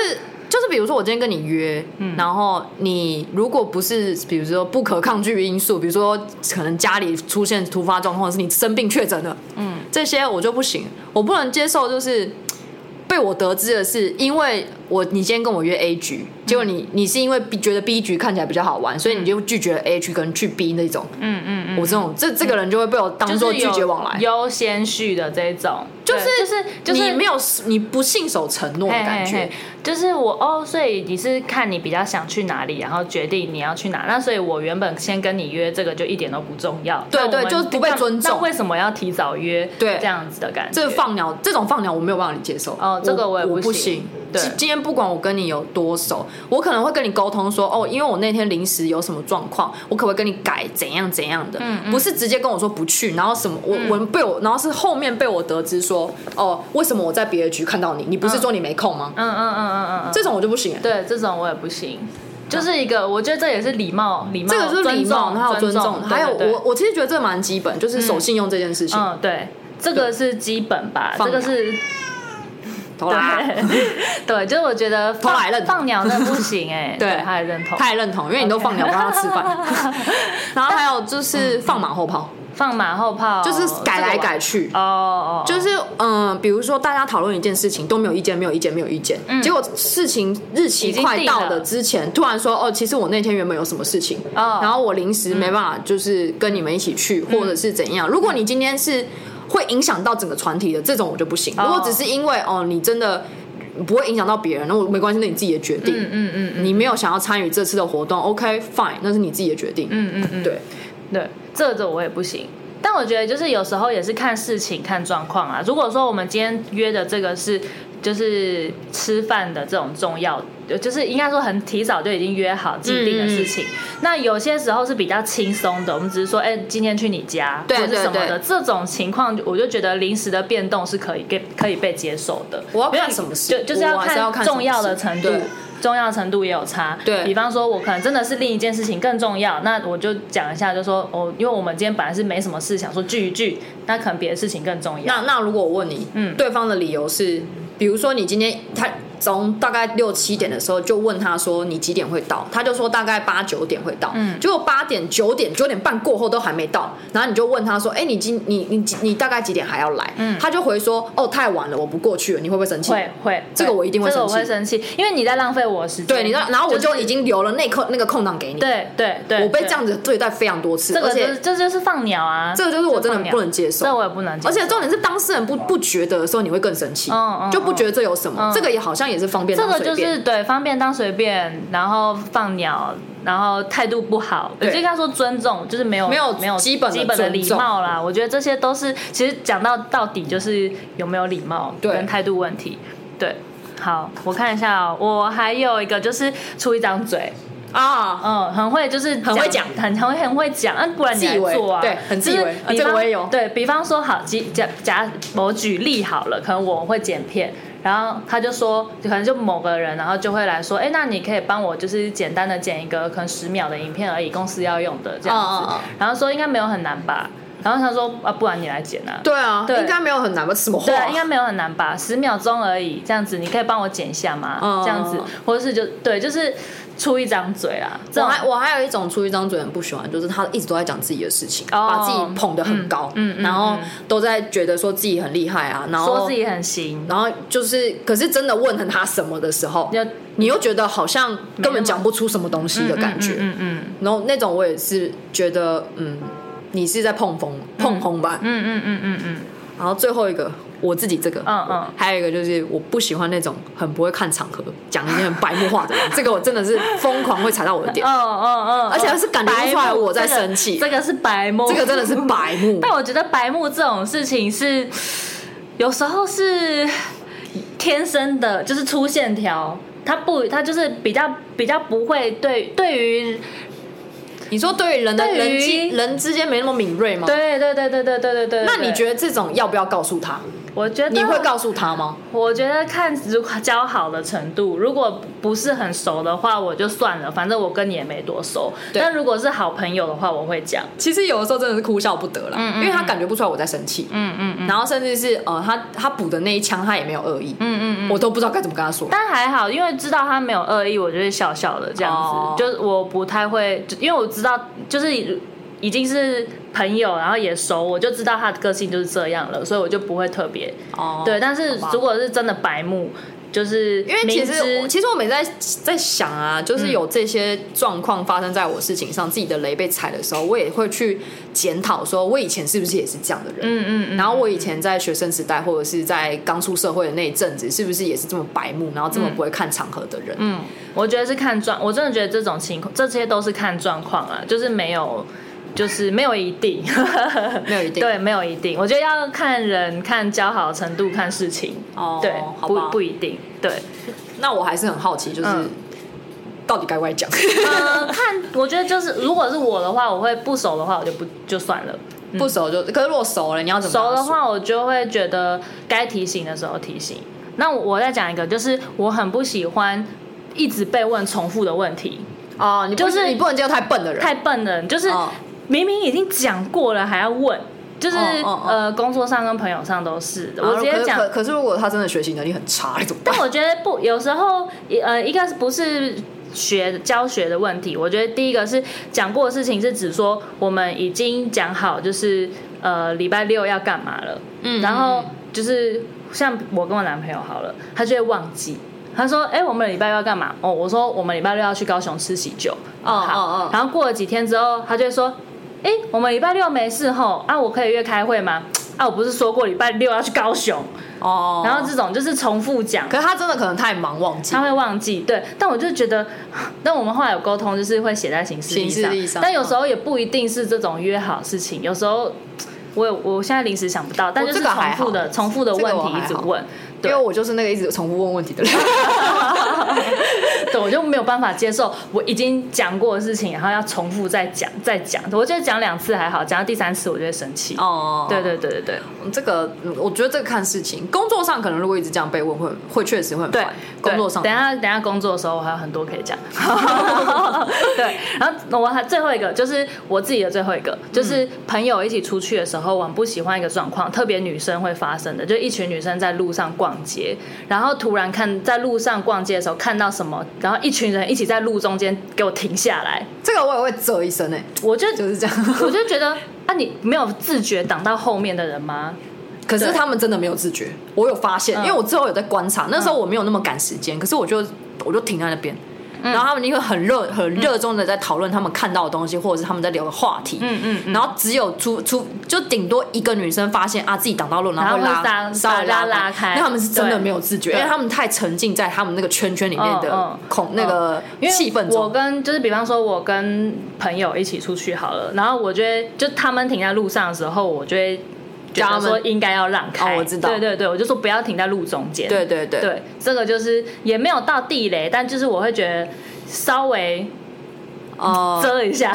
C: 就是比如说，我今天跟你约，
A: 嗯
C: 然后你如果不是比如说不可抗拒因素，比如说可能家里出现突发状况，或者是你生病确诊了，嗯，这些我就不行，我不能接受，就是被我得知的是，因为我你今天跟我约 A 局，结果
A: 嗯
C: 你你是因为 B 觉得 B 局看起来比较好玩，所以你就拒绝了 A 局跟去 B 那种。
A: 嗯嗯嗯，
C: 我这种这这个人就会被我当做
A: 是
C: 拒绝往来，
A: 有优先序的这种，
C: 就是
A: 对就是就是
C: 你没有你不信守承诺的
A: 嘿嘿
C: 感觉
A: 嘿。就是我哦，所以你是看你比较想去哪里，然后决定你要去哪。那所以我原本先跟你约这个就一点都不重要，
C: 对
A: 那我
C: 对
A: 们
C: 就是不被
A: 那
C: 尊重
A: 那为什么要提早约？
C: 对
A: 这样子的感觉，
C: 这放鸟这种放鸟我没有办法接受。
A: 哦这个我
C: 我
A: 也
C: 我
A: 不行
C: 行。
A: 对
C: 今今天不管我跟你有多熟，我可能会跟你沟通说，哦，因为我那天临时有什么状况，我可不可以跟你改怎样怎样的？
A: 嗯
C: 不是直接跟我说不去，然后什么我、我被我，然后是后面被我得知说，哦，为什么我在别的局看到你？你不是说你没空吗？
A: 嗯嗯嗯嗯嗯嗯，
C: 这种我就不行、欸。
A: 对，这种我也不行，就是一个，我觉得这也是礼貌，礼貌，
C: 这个是礼貌，然后还有
A: 尊
C: 尊重，还有
A: 对对对
C: 我我其实觉得这蛮基本，就是守信用这件事情。
A: 嗯，对，这个是基本吧，这
C: 放
A: 个是
C: 投啦，
A: 对，对， [LAUGHS] 就是我觉得
C: 偷
A: 放
C: 来认
A: 放鸟那不行哎，
C: [LAUGHS] 对
A: 他也认同，
C: 他也认同，因为你都放鸟不让他
A: [LAUGHS]
C: 吃饭。然后还有就是放马后炮，
A: 放马后炮，
C: 就是改来改
A: 去，
C: 去。
A: 哦哦，
C: 就是是嗯、比如说大家讨论一件事情都没有意见，没有意见，没有意见，
A: 嗯
C: 结果事情日期快到的之前，突然说哦，其实我那天原本有什么事情，
A: 哦嗯
C: 然后我临时没办法，就是跟你们一起去，或者是怎样。如果你今天是会影响到整个团体的这种我就不行。如果
A: 哦
C: 只是因为哦你真的不会影响到别人，那我没关系，那你自己的决定。
A: 嗯嗯嗯
C: 你没有想要参与这次的活动，OK fine，那是你自己的决定。
A: 嗯嗯嗯，
C: 对，
A: 对，这个我也不行。但我觉得就是有时候也是看事情、看状况啊。如果说我们今天约的这个是就是吃饭的这种重要，就是应该说很提早就已经约好既定的事
C: 嗯
A: 情，那有些时候是比较轻松的，我们只是说，哎、今天去你家
C: 对
A: 或者是什么
C: 对
A: 的，这种情况我就觉得临时的变动是可以给可以被接受的。
C: 我要看
A: 因为
C: 什么事
A: 就就是要
C: 我还是要
A: 看
C: 看
A: 重要的
C: 什么
A: 程
C: 事
A: 度
C: 对。
A: 重要程度也有差。
C: 对
A: 比方说，我可能真的是另一件事情更重要，那我就讲一下，就说哦，因为我们今天本来是没什么事，想说聚一聚，那可能别的事情更重要。
C: 那那如果我问你，
A: 嗯
C: 对方的理由是，比如说你今天他从大概六七点的时候就问他说你几点会到，他就说大概八九点会到，
A: 嗯
C: 结果八点九点九点半过后都还没到，然后你就问他说，哎、你今你你你你大概几点还要来？
A: 嗯
C: 他就回说，哦，太晚了，我不过去了，你会不会生气？
A: 会会，
C: 这个我一定会
A: 这个我
C: 生气
A: 会生气，因为你在浪费我的时间。
C: 对，你知道，然后我
A: 是
C: 就已经留了那刻那个空档给你，
A: 对对对，
C: 我被
A: 对
C: 这样子对待非常多次，
A: 这个
C: 而
A: 就
C: 且
A: 是这就是放鸟啊，
C: 这个就是我真的
A: 放鸟
C: 不能接受
A: 这我也不能接受，
C: 而且重点是当事人不不觉得的时候，你会更生气，
A: 嗯嗯
C: 就不觉得这有什么，
A: 嗯
C: 这个也好像也是方便
A: 这
C: 当
A: 个
C: 随
A: 就
C: 便，
A: 是对方便当随便，然后放鸟，然后态度不好，我
C: 对
A: 就跟他说尊重，就是没有
C: 没有
A: 没有
C: 基本的
A: 基本的
C: 尊
A: 礼
C: 重
A: 貌啦。我觉得这些都是其实讲到到底就是有没有礼貌
C: 对
A: 跟态度问题。对，好，我看一下、哦，我还有一个就是出一张嘴，
C: 啊，
A: 嗯，很会就是很
C: 会讲
A: 很很会很会讲，那不然你
C: 自以为
A: 来做啊？
C: 对很自以
A: 就
C: 为
A: 是比
C: 啊这个
A: 方
C: 我也有
A: 对比方说，好，举假假我举例好了，可能我会剪片，然后他就说，可能就某个人，然后就会来说，哎，那你可以帮我就是简单的剪一个可能十秒的影片而已，公司要用的这样子。
C: 嗯嗯嗯
A: 然后说应该没有很难吧？然后他说啊，不然你来剪啊。
C: 对啊，
A: 对
C: 应该没有很难吧？什么话
A: 对啊，？应该没有很难吧，十秒钟而已，这样子你可以帮我剪一下吗？
C: 嗯
A: 这样子，或者是就对，就是出一张嘴啦。这
C: 我
A: 种
C: 还我还有一种出一张嘴很不喜欢，就是他一直都在讲自己的事情，
A: 哦
C: 把自己捧得很高，
A: 嗯嗯嗯
C: 然后
A: 嗯
C: 都在觉得说自己很厉害啊，然后
A: 说自己很行，
C: 然后就是，可是真的问他什么的时候，
A: 就
C: 你又觉得好像根本讲不出什么东西的感觉，
A: 嗯嗯
C: 然后那种我也是觉得，嗯，你是在碰风碰风吧，
A: 嗯嗯嗯嗯嗯
C: 然后最后一个我自己这个，
A: 嗯嗯
C: 还有一个就是我不喜欢那种很不会看场合讲一些很白目话的人，这个我真的是疯狂会踩到我的
A: 嗯，
C: 点，
A: 哦哦哦，
C: 而且是感觉不出来我在生气
A: 白目这个这个是白目，
C: 这个真的是白 [LAUGHS] 目。
A: 但我觉得白目这种事情是有时候是天生的，就是粗线条，它不，它就是比较比较不会对对于
C: 哦你说对于人的
A: 对于
C: 人际人之间没那么敏锐吗？
A: 对对对对对对对对。
C: 那你觉
A: 得？
C: 得这种要不要告诉他？
A: 我觉得
C: 你会告诉他吗？
A: 我觉得看如果交好的程度，如果不是很熟的话，我就算了，反正我跟你也没多熟。
C: 对
A: 但如果是好朋友的话，我会讲。
C: 其实有的时候真的是哭笑不得啦，
A: 嗯嗯
C: 因为他感觉不出来我在生气，
A: 嗯嗯嗯
C: 然后甚至是呃，他他补的那一枪他也没有恶意，
A: 嗯嗯嗯。
C: 我都不知道该怎么跟他说。
A: 但还好，因为知道他没有恶意，我就是笑笑的这样子。
C: 哦
A: 就是我不太会，就因为我知道，就是已已经是朋友，然后也熟，我就知道他的个性就是这样了，所以我就不会特别、
C: 哦
A: 对。但是
C: 好吧
A: 如果是真的白目，就是
C: 因为其
A: 明知嗯
C: 实我其实我每次在在想啊，就是有这些状况发生在我事情上，自己的雷被踩的时候，我也会去检讨，说我以前是不是也是这样的人。
A: 嗯嗯嗯，
C: 然后我以前在学生时代，或者是在刚出社会的那一阵子，是不是也是这么白目，然后这么不会看场合的人？
A: 嗯，我觉得是看状，我真的觉得这种情况，这些都是看状况啊，就是没有，就是没有一
C: [LAUGHS]
A: 定，
C: 没有一定
A: 对，没有一定。我觉得要看人、看交好程度、看事情，
C: 哦
A: 对，
C: 好吧
A: 不不一定，对。
C: 那我还是很好奇，就是、
A: 嗯
C: 到底该不该讲？
A: [LAUGHS] 呃，看，我觉得就是，如果是我的话，我会不熟的话，我就不就算了。
C: 不熟就，可是如果熟了，你要怎么
A: 嗯
C: 跟
A: 熟
C: 他
A: 的
C: 说
A: 话，我就会觉得该提醒的时候提醒。那我我再讲一个，就是我很不喜欢一直被问重复的问题，
C: 哦，你不
A: 就是
C: 你不能叫太笨的人，
A: 太笨了，就是
C: 哦
A: 明明已经讲过了还要问，就是
C: 哦哦哦
A: 呃，工作上跟朋友上都是的。
C: 然后
A: 我直接
C: 可
A: 讲
C: 可，可是如果他真的学习能力很差，怎么办
A: 但？我觉得不，有时候呃，一个是不是学教学的问题？我觉得第一个是讲过的事情是指说我们已经讲好，就是呃礼拜六要干嘛了，
C: 嗯
A: 然后就是像我跟我男朋友好了，他就会忘记。他说：“哎、我们礼拜六要干嘛？”哦，我说：“我们礼拜六要去高雄吃喜酒。”
C: 哦
A: 好
C: 哦哦
A: 然后过了几天之后，他就会说：“哎、我们礼拜六没事吼，啊，我可以约开会吗？”啊，我不是说过礼拜六要去高雄，
C: 哦
A: 然后这种就是重复讲，
C: 可是他真的可能太忙忘记
A: 他，会忘记。对，但我就觉得， [SIGHS] 但我们后来有沟通，就是会写在行事历
C: 行事历上嗯
A: 但有时候也不一定是这种约好事情，有时候我有我现在临时想不到，但就是
C: 这个
A: 重
C: 还
A: 复的重复的
C: 这个
A: 问
C: 我
A: 题
C: 还
A: 一直
C: 好
A: 问，
C: 因
A: 对
C: 为我就是那个一直重复问问题的人。
A: [LAUGHS] 对，我就没有办法接受我已经讲过的事情，然后要重复再讲再讲。我觉得讲两次还好，讲到第三次我就会生气。
C: [LAUGHS] 哦 [LAUGHS]
A: 对对对对对
C: 这个嗯我觉得这个看事情，工作上可能如果一直这样被问，会会确实会很
A: 对
C: 烦。，工作上
A: 等一下等一下工作的时候我还有很多可以
C: [LAUGHS]
A: 讲。 [LAUGHS] 对，然后我还最后一个就是我自己的最后一个，
C: 嗯
A: 就是朋友一起出去的时候，我很不喜欢一个状况，特别女生会发生的，就一群女生在路上逛街，然后突然看在路上逛街的时候看到什么，然后一群人一起在路中间给我停下来，
C: 这个我也会啧一声哎、
A: 我就
C: 就是这样。
A: 我就觉得啊，你没有自觉挡到后面的人吗？
C: 可是
A: 对
C: 他们真的没有自觉，我有发现，
A: 嗯
C: 因为我之后有在观察，那时候我没有那么赶时间，可是我就我就停在那边。然后他们就会很热很热衷的在讨论他们看到的东西，或者是他们在聊的话题。
A: 嗯嗯嗯
C: 然后只有出出就顶多一个女生发现啊自己挡到路，然后
A: 然后会
C: 拉
A: 拉
C: 稍微
A: 把拉
C: 拉
A: 拉
C: 开
A: 开
C: 那他们是真的
A: 对
C: 没有自觉，因
A: 对
C: 为他们太沉浸在他们那个圈圈里面的
A: 嗯嗯
C: 恐那个
A: 因为
C: 气氛
A: 我
C: 中。
A: 跟就是比方说，我跟朋友一起出去好了，然后我觉得就他们停在路上的时候，我就会觉
C: 叫
A: 得
C: 他们
A: 说应该要让开。
C: 哦我知道
A: 对对对，我就说不要停在路中间。
C: 对对对，
A: 对，这个就是也没有到地雷，但就是我会觉得稍微
C: 哦、
A: 遮一
C: [LAUGHS]
A: 下。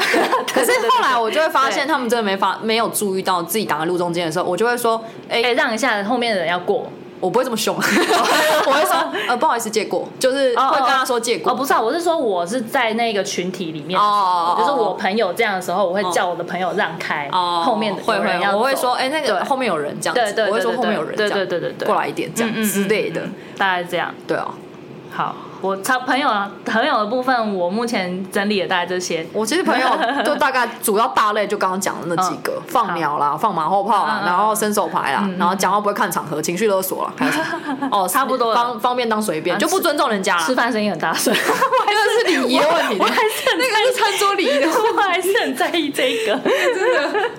C: 可是后来我就会发
A: 对
C: 现，他们真的没发没有注意到自己挡在路中间的时候，我就会说，哎、
A: 哎，让一下后面的人要过。
C: 我不会这么凶，我 [LAUGHS] 会说呃不好意思借过，就是会跟他说借过。
A: 哦，不是、啊，我是说我是在那个群体里面的时候，
C: 哦哦哦
A: 就是我朋友这样的时候，我会叫我的朋友让开，
C: 哦
A: 后面的
C: 会
A: 有人要
C: 会，我会
A: 走
C: 说哎、那
A: 对
C: 个后面有人这样
A: 对对
C: 子，
A: 对
C: 我会说
A: 对
C: 后面
A: 对
C: 有人这
A: 对
C: 样，
A: 对对对对，
C: 过来一点这样
A: 嗯嗯嗯
C: 之类的，
A: 嗯嗯大概是这样。
C: 对啊。
A: 好，我差朋友啊朋友的部分，我目前整理了大概这些。
C: 我其
A: [LAUGHS]
C: 实朋友就大概主要大类就刚刚讲的那几个，放鸟啦，放马后炮
A: 嗯嗯
C: 啦，
A: 嗯嗯
C: 然后伸手牌啦，然后讲话不会看场合，情绪勒索啦，还有什
A: [LAUGHS]
C: 么哦，差
A: 不多了啊
C: 方方便当随便，就不尊重人家啦。 [LAUGHS]
A: 吃饭声音很大声，我
C: 这是礼仪的问
A: [LAUGHS]
C: 题，那
A: 还是很
C: 个是餐桌礼仪的问题。
A: 我还是很在意这个。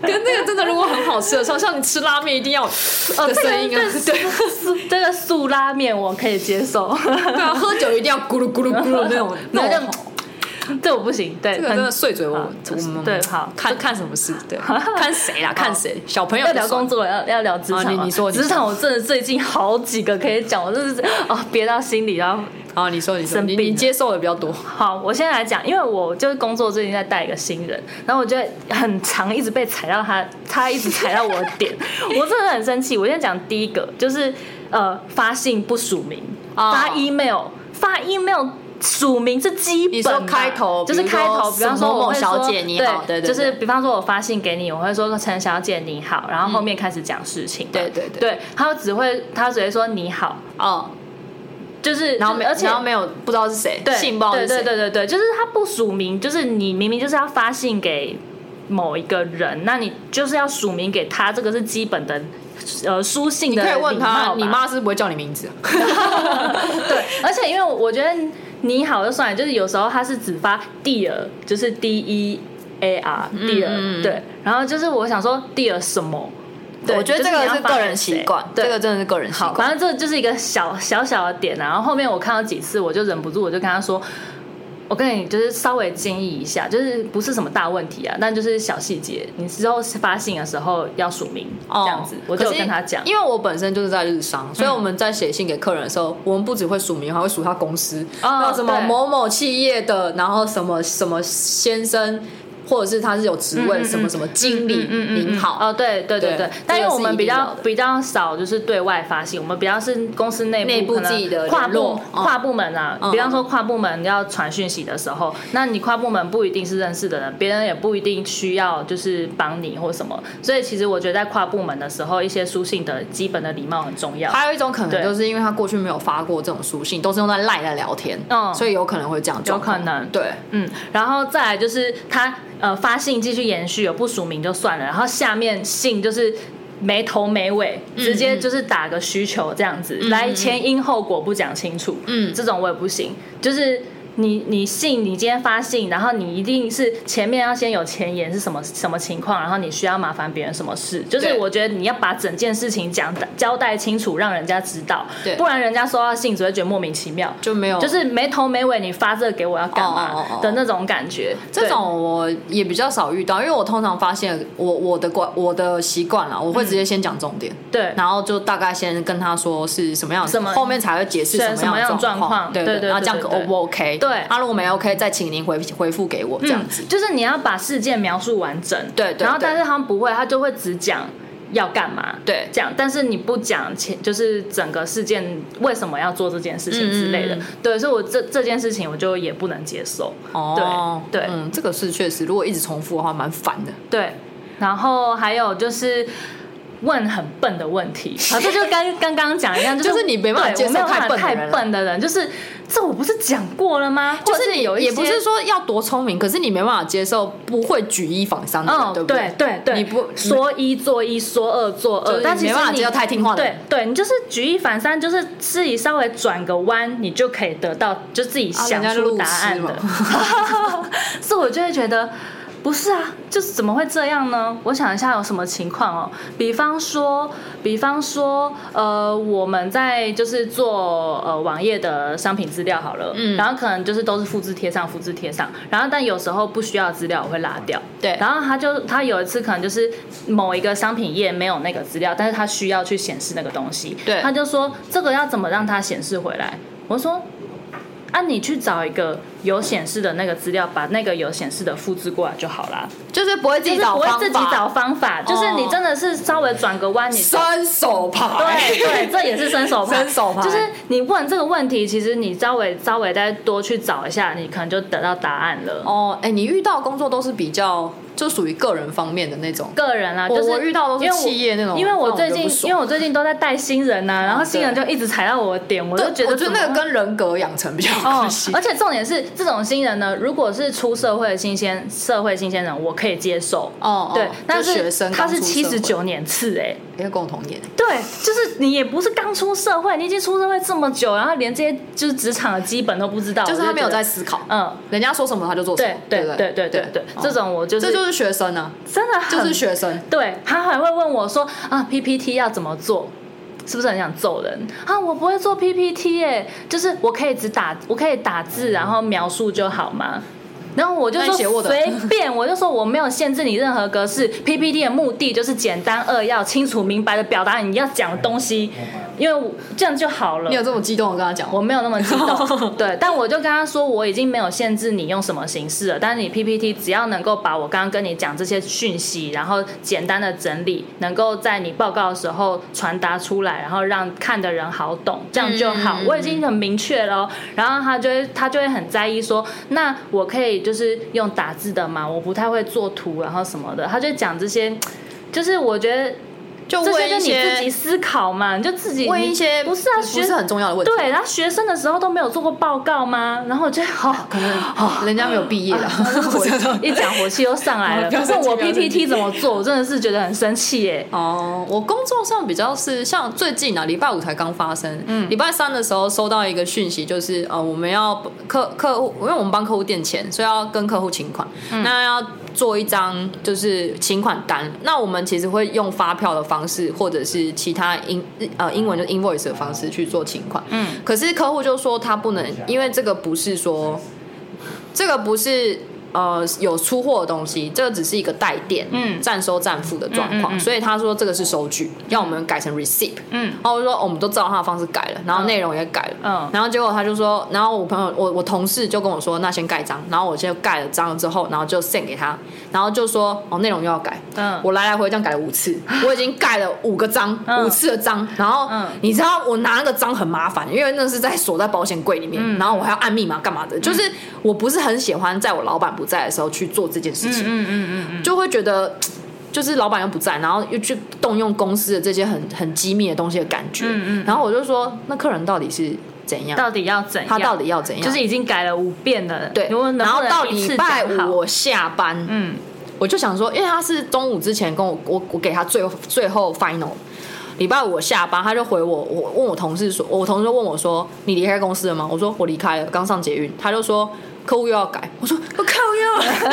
C: 跟那个真的，如果很好吃的时候，像你吃拉面一定要呃
A: 哦这个
C: 声音啊，对
A: 素这个素拉面我可以接受，
C: 对啊，喝酒一定要咕噜咕噜咕噜那种 [LAUGHS] 那
A: 那
C: 种
A: 就，这我不行。对，
C: 这个真的
A: 很
C: 碎嘴我
A: 好
C: 我们
A: 对好
C: 看看什么事，对，看谁啦，看谁，小朋友
A: 要
C: 就
A: 聊
C: 算
A: 工作，要要聊职场
C: 啊
A: 吗、
C: 你你说你说
A: 职场，我真的最近好几个可以讲，我真的是哦憋到心里，然后
C: 啊，你说你说
A: 生
C: 你
A: 病
C: 你
A: 了
C: 接受的比较多，
A: 好，我现在来讲，因为我就是工作最近在带一个新人，然后我就很常一直被踩到他，他一直踩到我的
C: [LAUGHS]
A: 点，我真的很生气。我先讲第一个，就是呃发信不署名，
C: 哦
A: 发 email，发 email。署名是基本
C: 你
A: 的
C: 说
A: 啊，
C: 开头
A: 就是
C: 比如说
A: 开头，比方说
C: 某某
A: 我会说
C: 小姐你好对对
A: 就是
C: 对
A: 比方说我发信给你，我会说陈小姐你好，然后后面开始讲事情嘛，
C: 对对对
A: 对，他只会他只会说你好，
C: 哦，
A: 就是
C: 然后没
A: 而且
C: 然后没有不知道是谁，
A: 对，
C: 信不知道
A: 对
C: 是
A: 对
C: 谁，
A: 对对对，就是他不署名，就是你明明就是要发信给某一个人，那你就是要署名给他，这个是基本的呃书信
C: 你
A: 的
C: 可以问
A: 礼貌
C: 他，
A: 吧
C: 你妈是不是不会叫你名字啊，
A: [LAUGHS] 对，而且因为我觉得你好就算了，就是有时候他是只发 dear，就是 D E A R dear，、
C: 嗯嗯
A: 对，然后就是我想说 dear 什么。对
C: 我觉
A: 就
C: 得这
A: 是你
C: 个
A: 要
C: 是
A: 发
C: 个
A: 给
C: 人习
A: 谁
C: 惯，
A: 对
C: 这个真的是个人习
A: 好，
C: 惯。
A: 反正这就是一个小小小的点啊、然后后面我看到几次，我就忍不住，我就跟他说。我跟你就是稍微建议一下，就是不是什么大问题啊，但就是小细节，你之后发信的时候要署名、
C: 哦
A: 这样子，我就有
C: 可是
A: 跟他讲。嗯
C: 因为我本身就是在日商，所以我们在写信给客人的时候，我们不只会署名，还会署他公司，
A: 哦
C: 然后什么
A: 对
C: 某某企业的，然后什么什么先生，或者是他是有职
A: 嗯
C: 位，什么什么经理，您好，
A: 哦，对对对
C: 对
A: 对，但因为我们比
C: 这个是
A: 较
C: 一定要的
A: 比较少，就是对外发信，我们比较是公司内部
C: 内部
A: 可能
C: 自己的
A: 跨
C: 联络
A: 部
C: 嗯
A: 跨部门啊，
C: 嗯
A: 比方说跨部门要传讯息的时候，那你跨部门不一定是认识的人，别人也不一定需要就是帮你或什么，所以其实我觉得在跨部门的时候，一些书信的基本的礼貌很重要。
C: 还有一种可
A: 对
C: 能就是因为他过去没有发过这种书信，都是用在赖在聊天，
A: 嗯
C: 所以有可能会这样状况，
A: 有可能
C: 对，
A: 嗯，然后再来就是他呃发信继续延续，有不署名就算了，然后下面信就是。没头没尾，
C: 嗯
A: 直接就是打
C: 嗯
A: 个需求这样子，来前因后果不讲清楚，嗯，这种我也不行，就是你你信，你今天发信，然后你一定是前面要先有前言是什么什么情况，然后你需要麻烦别人什么事，就是
C: 对
A: 我觉得你要把整件事情讲交代清楚，让人家知道
C: 对，
A: 不然人家收到信只会觉得莫名其妙，
C: 就没有
A: 就是没头没尾，你发这个给我要干
C: 哦哦哦
A: 嘛
C: 哦
A: 的那种感觉。
C: 这种我也比较少遇到，因为我通常发现我我的惯我的习惯啦，
A: 嗯
C: 我会直接先讲重点，
A: 对嗯对
C: 然后就大概先跟他说是什么样子，
A: 什么
C: 后面才会解释什
A: 什么样
C: 样
A: 的状
C: 况，
A: 况
C: 对
A: 对对
C: 然后这样
A: 对对
C: O 不 OK？
A: 对
C: 他、如果没 OK，再请您回回复给我这样子。
A: 嗯，就是你要把事件描述完整。
C: 对对
A: 然后，
C: 对
A: 但是他们不会，他就会只讲要干嘛。
C: 对
A: 讲，但是你不讲前，就是整个事件为什么要做这件事情之类的。
C: 嗯嗯
A: 对，所以我这这件事情我就也不能接受。
C: 哦，
A: 嗯对对
C: 嗯，这个是确实，如果一直重复的话，蛮烦的。
A: 对，然后还有就是。问很笨的问
C: [LAUGHS]
A: 题，啊，这就跟刚刚讲一样，就是
C: 就是你没办法
A: 对
C: 接受
A: 我没有办法
C: 太
A: 太
C: 笨的人了
A: 笨的人，就是这我不是讲过了吗？或者是有一些
C: 也不是说要多聪明，可是你没办法接受不会举一反三的人，
A: 嗯，
C: 对不
A: 对对对，
C: 你不
A: 说一做一，说二做
C: 就
A: 二
C: 是，
A: 但其
C: 没
A: 实
C: 办法
A: 你
C: 接受太听话的
A: 对
C: 人
A: 对，你就是举一反三，就是自己稍微转个弯，你就可以得到，就自己想
C: 啊人家
A: 出
C: 路
A: 答
C: 痴
A: 案的
C: 嘛。
A: [LAUGHS] 所以我就会觉得，不是啊，就是怎么会这样呢？我想一下有什么情况哦，比方说，比方说，呃，我们在就是做呃网页的商品资料好了，嗯，然后可能就是都是复制贴上，复制贴上，然后但有时候不需要的资料我会拉掉，
C: 对
A: 然后他就他有一次可能就是某一个商品页没有那个资料，但是他需要去显示那个东西，
C: 对
A: 他就说这个要怎么让它显示回来？我说啊，你去找一个有显示的那个资料，把那个有显示的复制过来就好啦。
C: 就是不会
A: 就
C: 自己
A: 是
C: 找
A: 不
C: 方
A: 会
C: 法，哦
A: 自己找方法，就是你真的是稍微转个
C: [LAUGHS]
A: 弯，你就
C: 三手牌，
A: 对对，这也是伸手牌。
C: 伸手牌
A: 就是你问这个问题，其实你稍微稍微再多去找一下，你可能就得到答案了。
C: 哦，哎、你遇到工作都是比较就属于个人方面的那种，
A: 个人啊，
C: 我
A: 就是
C: 我遇到都是
A: 因为我
C: 企业那种
A: 因为我最
C: 那
A: 近
C: 种我就不，爽
A: 因为我最近都在带新人呐、然后新人就一直踩到我的点，我就觉得
C: 我觉得那
A: 怎么
C: 个跟人格养成比较有
A: 哦
C: 关系，，
A: 而且重点是，这种新人呢，如果是出社会的新鲜社会新鲜人，我可以接受。
C: 哦哦
A: 对
C: 就，
A: 但是
C: 学生
A: 他
C: 刚
A: 是
C: 出社
A: 七
C: 会
A: 十九哦年次哎、
C: 因为共同年，
A: 对，就是你也不是刚出社会，你已经出社会这么久，然后连这些就是职场的基本都不知道，
C: 就是
A: 我
C: 他
A: 觉
C: 没有
A: 得
C: 在，思考，
A: 嗯，
C: 人家说什么他就做什
A: 对
C: 么，
A: 对
C: 不
A: 对对对对，这种我就
C: 哦
A: 是
C: 这就是学生啊，
A: 真的很
C: 就是学生，
A: 对他还会问我说啊，PPT 要怎么做？是不是很想揍人啊？我不会做 PPT 耶、就是我可以只打，我可以打字，然后描述就好吗？然后我就
C: 那你写
A: 说
C: Word
A: 随便，我就说我没有限制你任何格式。PPT 的目的就是简单扼要、清楚明白的表达你要讲的东西，因为我这样就好了
C: 你。有这么激动的跟他讲吗，
A: 我没有那么激
C: [LAUGHS]
A: 动，对，但我就跟他说，我已经没有限制你用什么形式了，但是你 PPT 只要能够把我刚刚跟你讲这些讯息，然后简单的整理，能够在你报告的时候传达出来，然后让看的人好懂，这样就好。我已经很明确
C: 嗯
A: 了哦，然后他就会他就会很在意说，那我可以就是用打字的嘛，我不太会做图，然后什么的，他就讲这些，就是我觉得。
C: 就
A: 这些
C: 问
A: 就
C: 一
A: 你自己
C: 些
A: 思考嘛，你就自己
C: 问一
A: 你
C: 些
A: 不是啊，
C: 不
A: 学
C: 是很重要的问题，
A: 对，然后学生的时候都没有做过报告吗？然后我就好，
C: 哦，人家没有毕业
A: 啊
C: 了， [LAUGHS]
A: 火一讲火气又上来了。
C: 不要
A: 问
C: 生气
A: 我
C: 不要生气
A: PPT 怎么做，我真的是觉得很生气耶。
C: 哦，我工作上比较是像最近啊，礼拜五才刚发生，嗯，礼拜三的时候收到一个讯息，就是呃，我们要客客户，因为我们帮客户垫钱，所以要跟客户请款，那要做一张就是请款单，那我们其实会用发票的方式，或者是其他英呃英文就是 invoice 的方式去做请款，嗯，可是客户就说他不能，因为这个不是说这个不是呃有出货的东西，这个只是一个代垫，
A: 嗯
C: 暂收暂付的状况，所以他说这个是收据，要我们改成 receipt，
A: 嗯
C: 然后我就说、哦我们都知道他的方式改了，然后内容也改了，
A: 嗯
C: 然后结果他就说，然后我朋友我我同事就跟我说，那先盖章，然后我先盖了章了之后，然后就 send 给他，然后就说哦内容又要改，
A: 嗯
C: 我来来回这样改了五次， [LAUGHS] 我已经盖了五个章，
A: 嗯
C: 五次的章，然后
A: 嗯
C: 你知道我拿那个章很麻烦，因为那是在锁在保险柜里面，
A: 嗯
C: 然后我还要按密码干嘛的，就是我不是很喜欢在我老板不在的时候去做这件事情，
A: 嗯嗯嗯
C: 就会觉得。就是老板又不在，然后又去动用公司的这些很很机密的东西的感觉，
A: 嗯嗯
C: 然后我就说，那客人到底是怎样？
A: 到底要怎样？
C: 他到底要怎样？
A: 就是已经改了五遍了。
C: 对
A: 如果，能
C: 然
A: 不
C: 后
A: 能
C: 到
A: 一
C: 礼
A: 次
C: 拜
A: 讲好
C: 五我下班，
A: 嗯
C: 我就想说，因为他是中午之前跟我我我给他最后最后 final，礼拜五我下班，他就回我，我问我同事说，我同事就问我说，你离开公司了吗？我说我离开了，刚上捷运。他就说客户又要改，我说我靠要，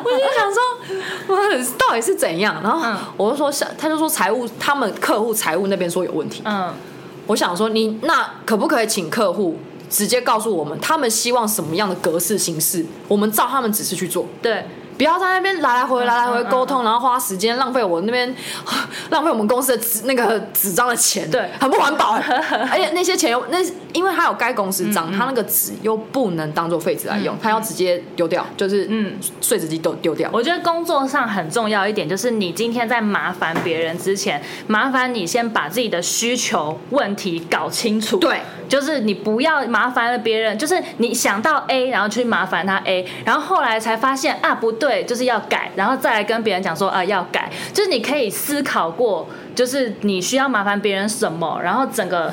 C: [LAUGHS] 我就想说，我到底是怎样？然后
A: 嗯
C: 我就说，下他就说财务他们客户财务那边说有问题，
A: 嗯，
C: 我想说你那可不可以请客户直接告诉我们，他们希望什么样的格式形式，我们照他们指示去做。
A: 对，
C: 不要在那边来来回回来来回
A: 嗯嗯
C: 回沟通，然后花时间浪费我那边 [SIGHS] 浪费我们公司的纸那个纸张的钱，
A: 对
C: 很不
A: [LAUGHS]
C: 环保。而且那些钱又那因为它有该公司
A: 嗯
C: 章，它那个纸又不能当做废纸来用，它要直接丢掉，就是
A: 嗯
C: 嗯碎纸机丢丢掉。
A: 我觉得工作上很重要一点，就是你今天在麻烦别人之前，麻烦你先把自己的需求问题搞清楚。
C: 对，
A: 就是你不要麻烦了别人，就是你想到 A，然后去麻烦他 A，然后后来才发现啊不对，就是要改，然后再来跟别人讲说啊要改，就是你可以思考过，就是你需要麻烦别人什么，然后整个。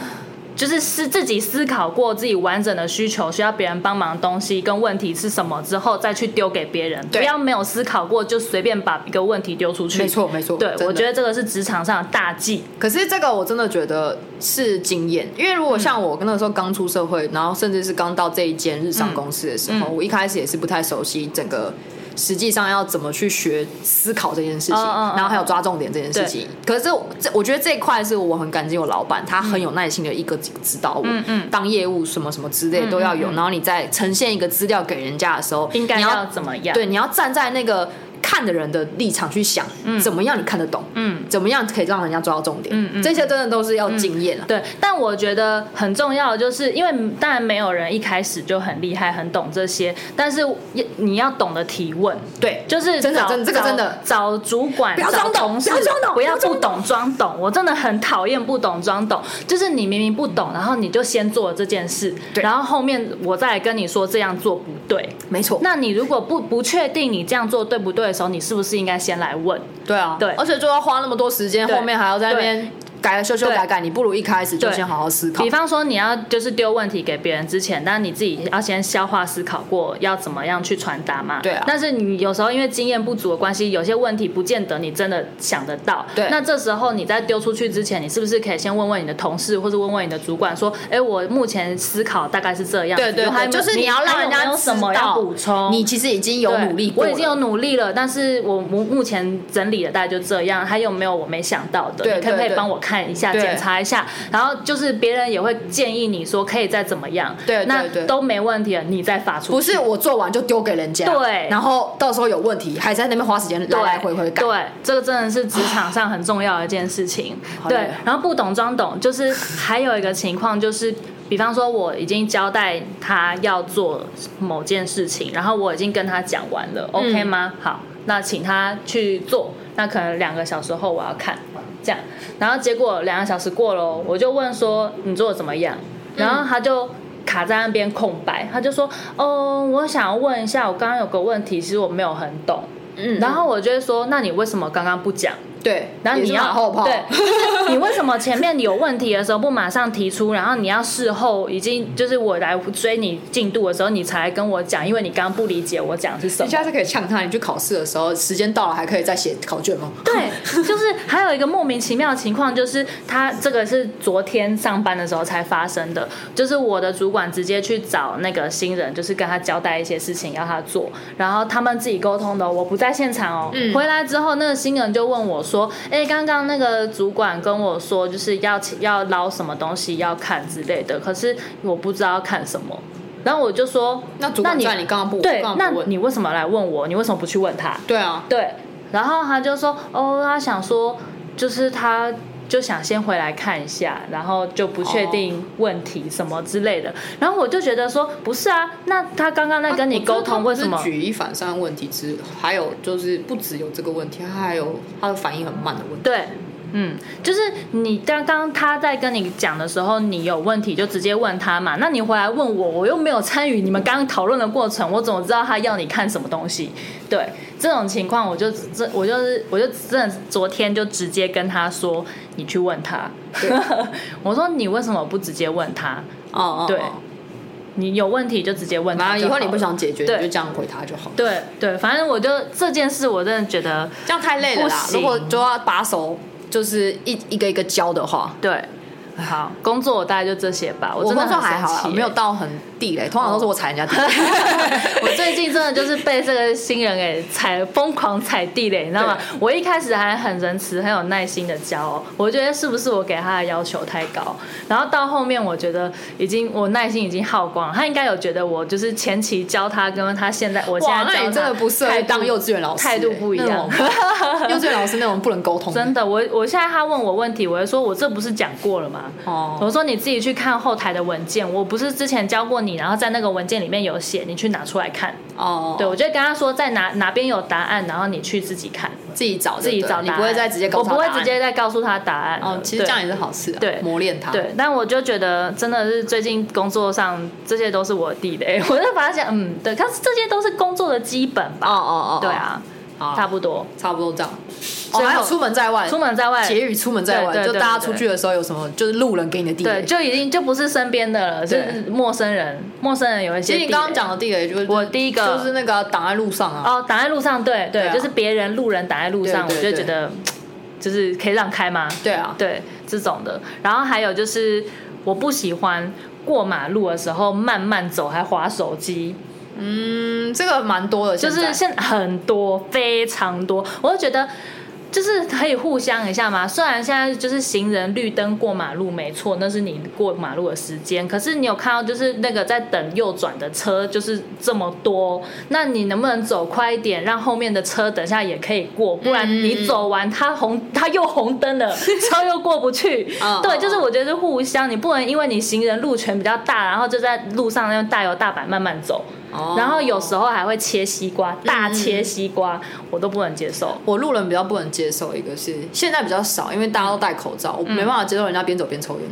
A: 就是是自己思考过自己完整的需求，需要别人帮忙的东西跟问题是什么之后，再去丢给别人，不
C: 对
A: 要没有思考过就随便把一个问题丢出去。
C: 没错没错
A: 对
C: 真的
A: 我觉得这个是职场上的大忌。
C: 可是这个我真的觉得是经验，因为如果像我那个时候刚出社会，然后甚至是刚到这一间日商公司的时候，
A: 嗯嗯
C: 我一开始也是不太熟悉整个。实际上要怎么去学思考这件事情，
A: 嗯嗯嗯
C: 然后还有抓重点这件事情。可是这这，我觉得这一块是我很感激我老板，他很有耐心的一个指导我，
A: 嗯嗯
C: 当业务什么什么之类都要
A: 嗯
C: 有。
A: 嗯嗯
C: 然后你在呈现一个资料给人家的时候，
A: 应该
C: 你
A: 要怎么样？
C: 对，你要站在那个看的人的立场去想，怎么样你看得懂，
A: 嗯
C: 怎么样可以让人家抓到重点，
A: 嗯嗯
C: 这些真的都是要经验了。
A: 对，但我觉得很重要的就是，因为当然没有人一开始就很厉害、很懂这些，但是也你要懂得提问，
C: 对，
A: 就是
C: 真的
A: 找
C: 真的这个
A: 找
C: 真的
A: 找主管，
C: 不要
A: 找
C: 装懂
A: 同事
C: 不要装懂
A: 不要
C: 不要
A: 不
C: 装懂
A: 懂装懂。我真的很讨厌不懂装懂，就是你明明不懂，然后你就先做了这件事，
C: 对
A: 然后后面我再来跟你说这样做不对。
C: 没错。
A: 那你如果不不确定你这样做对不对的时候，你是不是应该先来问？
C: 对啊，
A: 对
C: 而且就要花那么多时间，
A: 对
C: 后面还要在那边改修修改改，你不如一开始就
A: 对
C: 先好好思考
A: 比。方说，你要就是丢问题给别人之前，但你自己要先消化思考过要怎么样去传达嘛。
C: 对啊
A: 但是你有时候因为经验不足的关系，有些问题不见得你真的想得到。
C: 对
A: 那这时候你在丢出去之前，你是不是可以先问问你的同事，或是问问你的主管，说：“哎，我目前思考大概是这样子。
C: 对对
A: 有还有
C: 对，就是要让
A: 还有
C: 人
A: 没
C: 家
A: 有什么
C: 知
A: 要
C: 道
A: 补充。
C: 你其实已经有
A: 对
C: 努力过
A: 我
C: 了，
A: 已经有努力了，但是我目目前整理的大概就这样，还有没有我没想到的？
C: 对
A: 你可不可以
C: 对对
A: 帮我看一下、
C: 对
A: 检查一下？然后就是别人也会建议你说可以再怎么样，
C: 对对
A: 那
C: 对
A: 都没问题了，你再发出去。
C: 不是我做完就丢给人家，
A: 对
C: 然后到时候有问题还在那边花时间来
A: 对
C: 来回回改。
A: 对，这个真的是职场上很重要的一件事情。
C: 好累
A: 对
C: 啊，
A: 然后不懂装懂，就是还有一个情况就是。比方说，我已经交代他要做某件事情，然后我已经跟他讲完
C: 嗯
A: 了、o k 吗？好，那请他去做。那可能两个小时后我要看，这样。然后结果两个小时过了哦，我就问说你做的怎么样？然后他就卡在那边空白，他就说：“哦，我想要问一下，我刚刚有个问题，其实我没有很懂。”
C: 嗯
A: 然后我就会说，那你为什么刚刚不讲？
C: 对，
A: 然后
C: 也
A: 你
C: 是
A: 要
C: 马后 [LAUGHS] 炮，
A: 对，就是你为什么前面有问题的时候不马上提出，然后你要事后已经就是我来追你进度的时候，你才来跟我讲，因为你刚刚不理解我讲的是什
C: 你
A: 么。
C: 下次可以呛他，你去考试的时候，时间到了还可以再写考卷吗？
A: 对，就是还有一个莫名其妙的情况，就是他这个是昨天上班的时候才发生的，就是我的主管直接去找那个新人，就是跟他交代一些事情要他做，然后他们自己沟通的哦，我不在现场哦。
C: 嗯
A: 回来之后，那个新人就问我说：“哎，刚刚那个主管跟我说，就是要请要捞什么东西要看之类的，可是我不知道要看什么。”然后我就说：“
C: 那主管
A: 你
C: 叫你刚刚不
A: 对
C: 刚，
A: 那
C: 刚不问
A: 你为什么来问我？你为什么不去问他？”
C: 对啊，
A: 对，然后他就说，哦，他想说，就是他就想先回来看一下，然后就不确定问题什么之类的。然后我就觉得说，不是啊，那他刚刚在跟你沟通，为什么
C: 啊我觉得他不是？举一反三的问题之，还有就是不只有这个问题，他还有他的反应很慢的问题。
A: 对。嗯，就是你刚刚他在跟你讲的时候，你有问题就直接问他嘛。那你回来问我，我又没有参与你们刚刚讨论的过程，我怎么知道他要你看什么东西？对这种情况，我就这我就是我就真的昨天就直接跟他说，你去问他。 [LAUGHS] 我说你为什么不直接问他？
C: 哦哦
A: 对，你有问题就直接问他
C: 反
A: 就
C: 正以
A: 好了。
C: 后你不想解决，你
A: 对
C: 就这样回他就好。
A: 对对，反正我就这件事，我真的觉得
C: 这样太累了
A: 不
C: 啦。
A: 行
C: 如果就要把手就是一一个一个教的话，
A: 对，好，工作我大概就这些吧。我
C: 我
A: 真的
C: 工作
A: 很
C: 还
A: 生
C: 好
A: 气
C: 啦，
A: 耶哦
C: 没有。到很地雷，通常都是我踩人家地雷。
A: [LAUGHS] 我最近真的就是被这个新人给踩，疯狂踩地雷，你知道吗？我一开始还很仁慈、很有耐心的教哦，我觉得是不是我给他的要求太高？然后到后面，我觉得已经我耐心已经耗光了，他应该有觉得我就是前期教他，跟他现在我现在
C: 哇，
A: 教
C: 那
A: 他
C: 你真的不适合
A: 态度
C: 当幼稚园老师欸，
A: 态度不一样
C: 那 [LAUGHS] 种幼稚园老师那种不能沟通
A: [LAUGHS]
C: 的，
A: 真的，我我现在他问我问题，我会说我这不是讲过了吗？
C: 哦，
A: 我说你自己去看后台的文件，我不是之前教过你，然后在那个文件里面有写，你去拿出来看。
C: 哦，
A: 对，我就跟他说在哪哪边有答案，然后你去自己看，
C: 自己找就
A: 自己
C: 对
A: 找答
C: 了
A: 案。
C: 你不会再直接告
A: 我
C: 诉他
A: 不会
C: 答案
A: 直接再告诉他答案了。
C: 哦，其实这样也是好事啊，
A: 对
C: 磨练他。
A: 对。对，但我就觉得真的是最近工作上这些都是我地雷， [LAUGHS] 我就发现嗯，对，但是这些都是工作的基本
C: 哦
A: 吧。
C: 哦哦，呃
A: 对，啊，
C: 好
A: 差不多。
C: 差不多这样。哦，
A: 最后
C: 还有出门在外，
A: 出门在外，
C: 结语出门在
A: 对
C: 外，
A: 对
C: 就
A: 对
C: 大家
A: 对
C: 出去的时候有什么就是路人给你的地
A: 对，
C: 雷。
A: 就已经就不是身边的了，是陌生人。陌生人有一些地雷。
C: 其实你刚刚讲的地雷就是
A: 我第一个
C: 就是那个啊挡在路上啊，
A: 哦，挡在路上，对对，
C: 对啊
A: 就是别人路人挡在路上，
C: 对对
A: 我就觉得就是可以让开吗？
C: 对啊，
A: 对这种的，然后还有就是我不喜欢过马路的时候慢慢走还划手机，
C: 嗯，这个蛮多的，
A: 就是
C: 现
A: 现很多非常多，我就觉得。就是可以互相一下嘛，虽然现在就是行人绿灯过马路没错，那是你过马路的时间，可是你有看到就是那个在等右转的车就是这么多，那你能不能走快一点，让后面的车等下也可以过，不然你走完他红 [LAUGHS] 他又红灯了，车又过不去
C: 嗯。
A: 对，
C: 嗯
A: 就是我觉得是互相，你不能因为你行人路权比较大，然后就在路上那样大摇大摆慢慢走。
C: 在哦
A: 然后有时候还会切西瓜，大切西瓜，
C: 嗯
A: 我都不能接受。
C: 我路人比较不能接受，一个是现在比较少，因为大家都戴口罩，
A: 嗯
C: 我没办法接受人家边走边抽烟，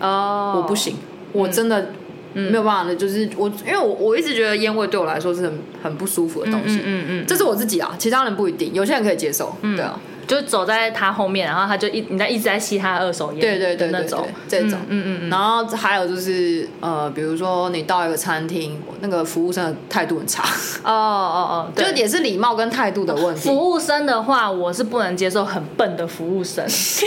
A: 哦
C: 我不，行，我真的没有办法的，就是我因为我我一直觉得烟味对我来说是很很不舒服的东西，
A: 嗯嗯，
C: 这是我自己啊，其他人不一定，有些人可以接受，对啊，
A: 就走在他后面，然后他就一你在一直在吸他的二手烟，
C: 对对对
A: 那
C: 对
A: 种
C: 对这种
A: 嗯嗯嗯
C: 然后还有就是呃，比如说你到一个餐厅，那个服务生的态度很差， [LAUGHS]
A: 嗯，哦哦哦，
C: 就
A: 对
C: 也是礼貌跟态度的问题。
A: 服务生的话，我是不能接受很笨的服务
C: [LAUGHS]
A: 生。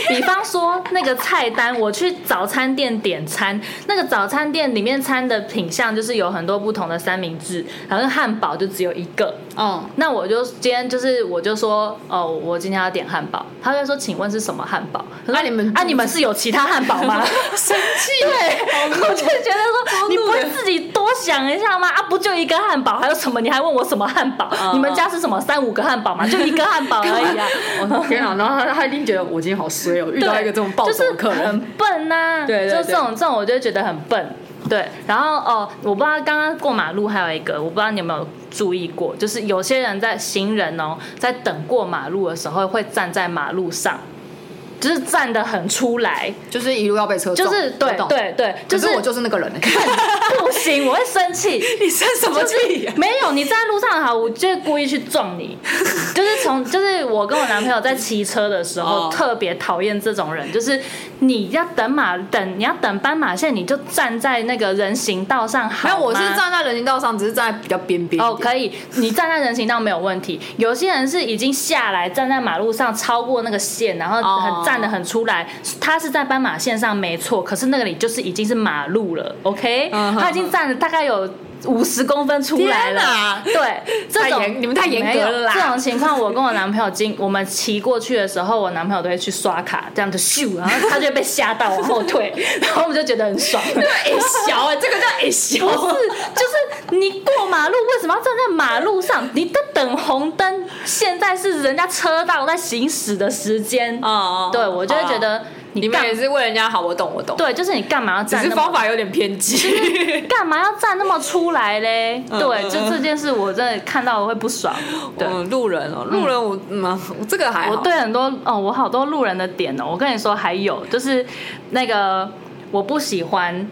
A: 比方说那个菜单，我去早餐店点餐，那个早餐店里面餐的品相就是有很多不同的三明治，然后汉堡就只有一个。
C: 嗯，
A: 那我就今天就是我就说哦，我今天要点汉堡，他就说请问是什么汉堡？他说
C: 啊你们
A: 啊你们是有其他汉堡吗？
C: [LAUGHS]
A: [LAUGHS]
C: 生气，
A: 对，我
C: [LAUGHS]
A: 就觉得说，你不会自己多想一下吗？啊，不就一个汉堡，还有什么？你还问我什么汉堡？
C: 嗯
A: 你们家是什么？三五个汉堡吗？就一个汉堡
C: [LAUGHS]
A: 而已啊！
C: 我哦天哪！然后他他一定觉得我今天好衰哦，遇到一个这种暴走的客
A: 就是很
C: 人。
A: 笨呐、
C: [LAUGHS] 对对对
A: 就这种这种，我就觉得很笨。对，然后哦，我不知道刚刚过马路还有一个，我不知道你有没有注意过，就是有些人在行人哦，在等过马路的时候会站在马路上，就是站得很出来，
C: 就是一路要被车撞，
A: 就是对
C: 我懂。
A: 对对，就
C: 可
A: 是
C: 是我就是那个人，欸
A: 不行，我会生气。
C: [LAUGHS] 你生什么气呀？
A: 没有，你站在路上好，我就会故意去撞
C: [LAUGHS]
A: 你。就是从，就是我跟我男朋友在骑车的时候，
C: 哦
A: 特别讨厌这种人。就是你要等马等，你要等斑马线，你就站在那个人行道上好
C: [LAUGHS] 没
A: 吗。
C: 有，我是站在人行道上，只是站在比较边边一点。
A: 哦，可以，你站在人行道没有问题。 [LAUGHS] 有些人是已经下来站在马路上，超过那个线，然后很、
C: 哦
A: 站得很出来。他是在斑马线上没错，可是那个里就是已经是马路了，OK？、
C: 嗯哼
A: 他已经站了大概有五十公分出来
C: 天哪
A: 了。对，
C: [LAUGHS]
A: 这
C: 太
A: 种
C: 严你们太严格了啦
A: 没有这种情况，我跟我男朋友经我们骑过去的时候，我男朋友都会去刷卡，这样就咻，然后他就会被吓到往后退， [LAUGHS] 然后我们就觉得很爽。
C: 矮小哎，这个叫矮小
A: 不是，就是你过马路为什么要站在马路上？你在等红灯，现在是人家车道在行驶的时间。
C: 啊
A: 对，我就会觉
C: 得
A: 得
C: 你
A: 你
C: 们
A: 干
C: 也是为人家好，我懂我懂。，
A: 对，就是你干嘛要
C: 只
A: 站
C: 是
A: 那
C: 方
A: 么
C: 法有点偏 [LAUGHS] 激。
A: 干嘛要站那么出来嘞？
C: 嗯
A: 对，
C: 嗯
A: 就这件事我真的看到我会不爽。对。
C: 嗯，路人哦，路人我嗯，啊我这个还好。
A: 我对很多哦，我好多路人的点哦。我跟你说，还有就是那个我不喜欢。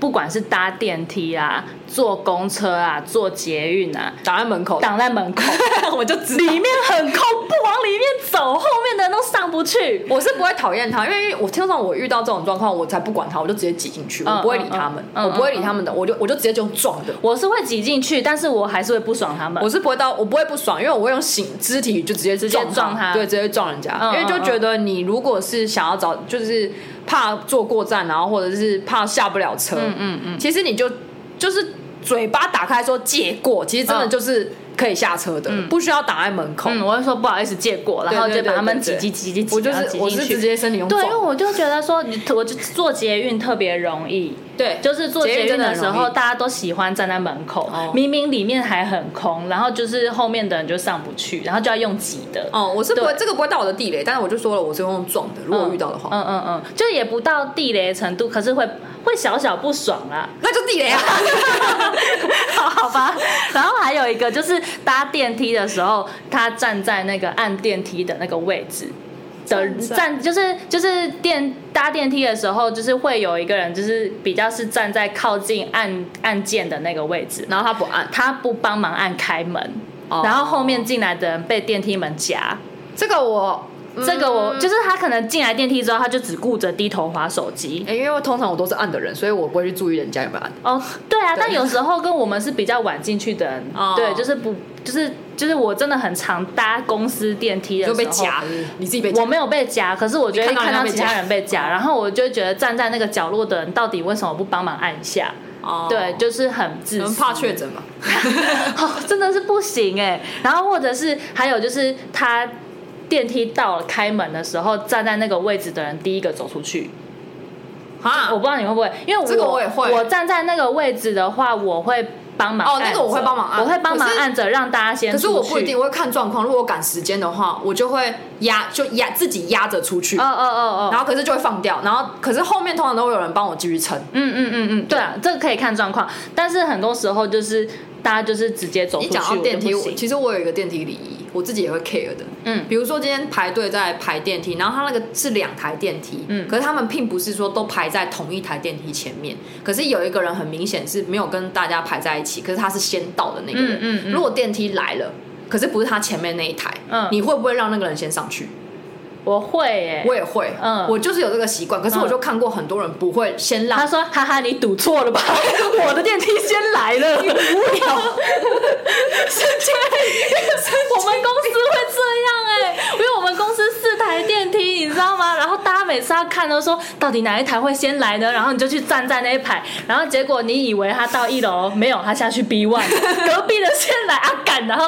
A: 不管是搭电梯啊、坐公车啊、坐捷运啊，
C: 挡在门口，
A: 挡在门口，
C: [LAUGHS] 我就知道
A: 里面很空，不往里面走，后面的人都上不去。
C: 我是不会讨厌他，因为我通常我遇到这种状况，我才不管他，我就直接挤进去，
A: 嗯
C: 我不会理他们，
A: 嗯嗯
C: 我不会理他们的，我就我就直接就用撞的。
A: 我是会挤进去，但是我还是会不爽他们
C: 我。是不会到，我不会不爽，因为我会用醒肢体就直接直
A: 接撞他
C: 对，直接撞人家，
A: 嗯
C: 因为就觉得你如果是想要找，就是怕坐过站，然后或者是怕下不了车，嗯嗯嗯，其实你就就是嘴巴打开说借过，其实真的
A: 嗯
C: 就是可以下车的，不需要挡在门口。
A: 嗯，我会说不好意思借过，然后
C: 对对
A: 就
C: 对
A: 把他们
C: 对
A: 挤
C: 对
A: 挤挤挤挤，
C: 我就
A: 然后
C: 是
A: 挤
C: 我
A: 进
C: 是
A: 去
C: 直接身体用
A: 对，因为
C: 撞，
A: 我就觉得说，你我就坐捷运特别容易，
C: 对，
A: 就是坐捷运
C: 真
A: 的
C: 很
A: 时
C: 容易
A: 候，大家都喜欢站在门口，
C: 哦
A: 明明里面还很空，然后就是后面的人就上不去，然后就要用挤的。
C: 哦，我是不会
A: 对
C: 这个不会到我的地雷，但是我就说了，我是用撞的，如果遇到的话，
A: 嗯嗯嗯，就也不到地雷程度，可是会会小小不爽啦。
C: 那就地雷啊。
A: 嗯好 [LAUGHS] 好吧，然后还有一个就是搭电梯的时候，他站在那个按电梯的那个位置的
C: 站在
A: 站，就是就是电搭电梯的时候，就是会有一个人就是比较是站在靠近按按键的那个位置，
C: 然后他不 [LAUGHS] 按，
A: 他不帮忙按开门，
C: 哦
A: 然后后面进来的人被电梯门夹。
C: 这个我嗯
A: 这个我就是他可能进来电梯之后，他就只顾着低头划手机。
C: 欸因为通常我都是按的人，所以我不会去注意人家有没有按。
A: 哦，对啊，
C: 对
A: 但有时候跟我们是比较晚进去的人，
C: 哦
A: 对，就是不，就是就是我真的很常搭公司电梯的时候，，
C: 你自己被
A: 嗯我没有被夹，可是我觉得
C: 你看
A: 看
C: 到
A: 到
C: 人家被
A: 其
C: 夹哦
A: 他人被夹，然后我就觉得站在那个角落的人到底为什么不帮忙按一下？
C: 哦
A: 对，就是很
C: 你
A: 自
C: 们
A: 私，
C: 怕确诊嘛？
A: [LAUGHS] 哦，真的是不行哎。然后或者是还有就是他电梯到了开门的时候，站在那个位置的人第一个走出去。
C: 啊
A: 我不知道你会不会，因为我
C: 这个我也会
A: 我站在那个位置的话，我会帮忙
C: 哦那个
A: 按着
C: 我会帮忙按
A: 我会帮忙
C: 可是
A: 按着让大家先
C: 可
A: 出去。
C: 是我不一定，我会看状况。如果我赶时间的话，我就会压，就压自己压着出去，
A: 哦。哦哦
C: 然
A: 哦，
C: 后可是就会放掉，然后可是后面通常都会有人帮我继续撑。
A: 嗯嗯嗯嗯，对啊，这个可以看状况，但是很多时候就是大家就是直接走出
C: 你
A: 哦去，
C: 讲到电梯，
A: 我就
C: 我
A: 不行
C: 其实我有一个电梯礼仪，我自己也会 care 的。
A: 嗯
C: 比如说今天排队在排电梯，然后它那个是两台电梯，
A: 嗯
C: 可是他们并不是说都排在同一台电梯前面，可是有一个人很明显是没有跟大家排在一起，可是他是先到的那个人。
A: 嗯嗯嗯
C: 如果电梯来了，可是不是他前面那一台，
A: 嗯
C: 你会不会让那个人先上去？
A: 我会哎、
C: 我也会，
A: 嗯
C: 我就是有这个习惯，可是我就看过很多人不会先让
A: 他说：“哈哈，你赌错了吧？ [LAUGHS] 我的电梯先来了，无聊。 [LAUGHS] 我们公司会这样哎、因为我们公司四台电梯，你知道吗？然后大家每次要看都说，到底哪一台会先来呢？然后你就去站在那一排，然后结果你以为他到一楼，没有，他下去 B [LAUGHS] one，隔壁的先来啊干，然后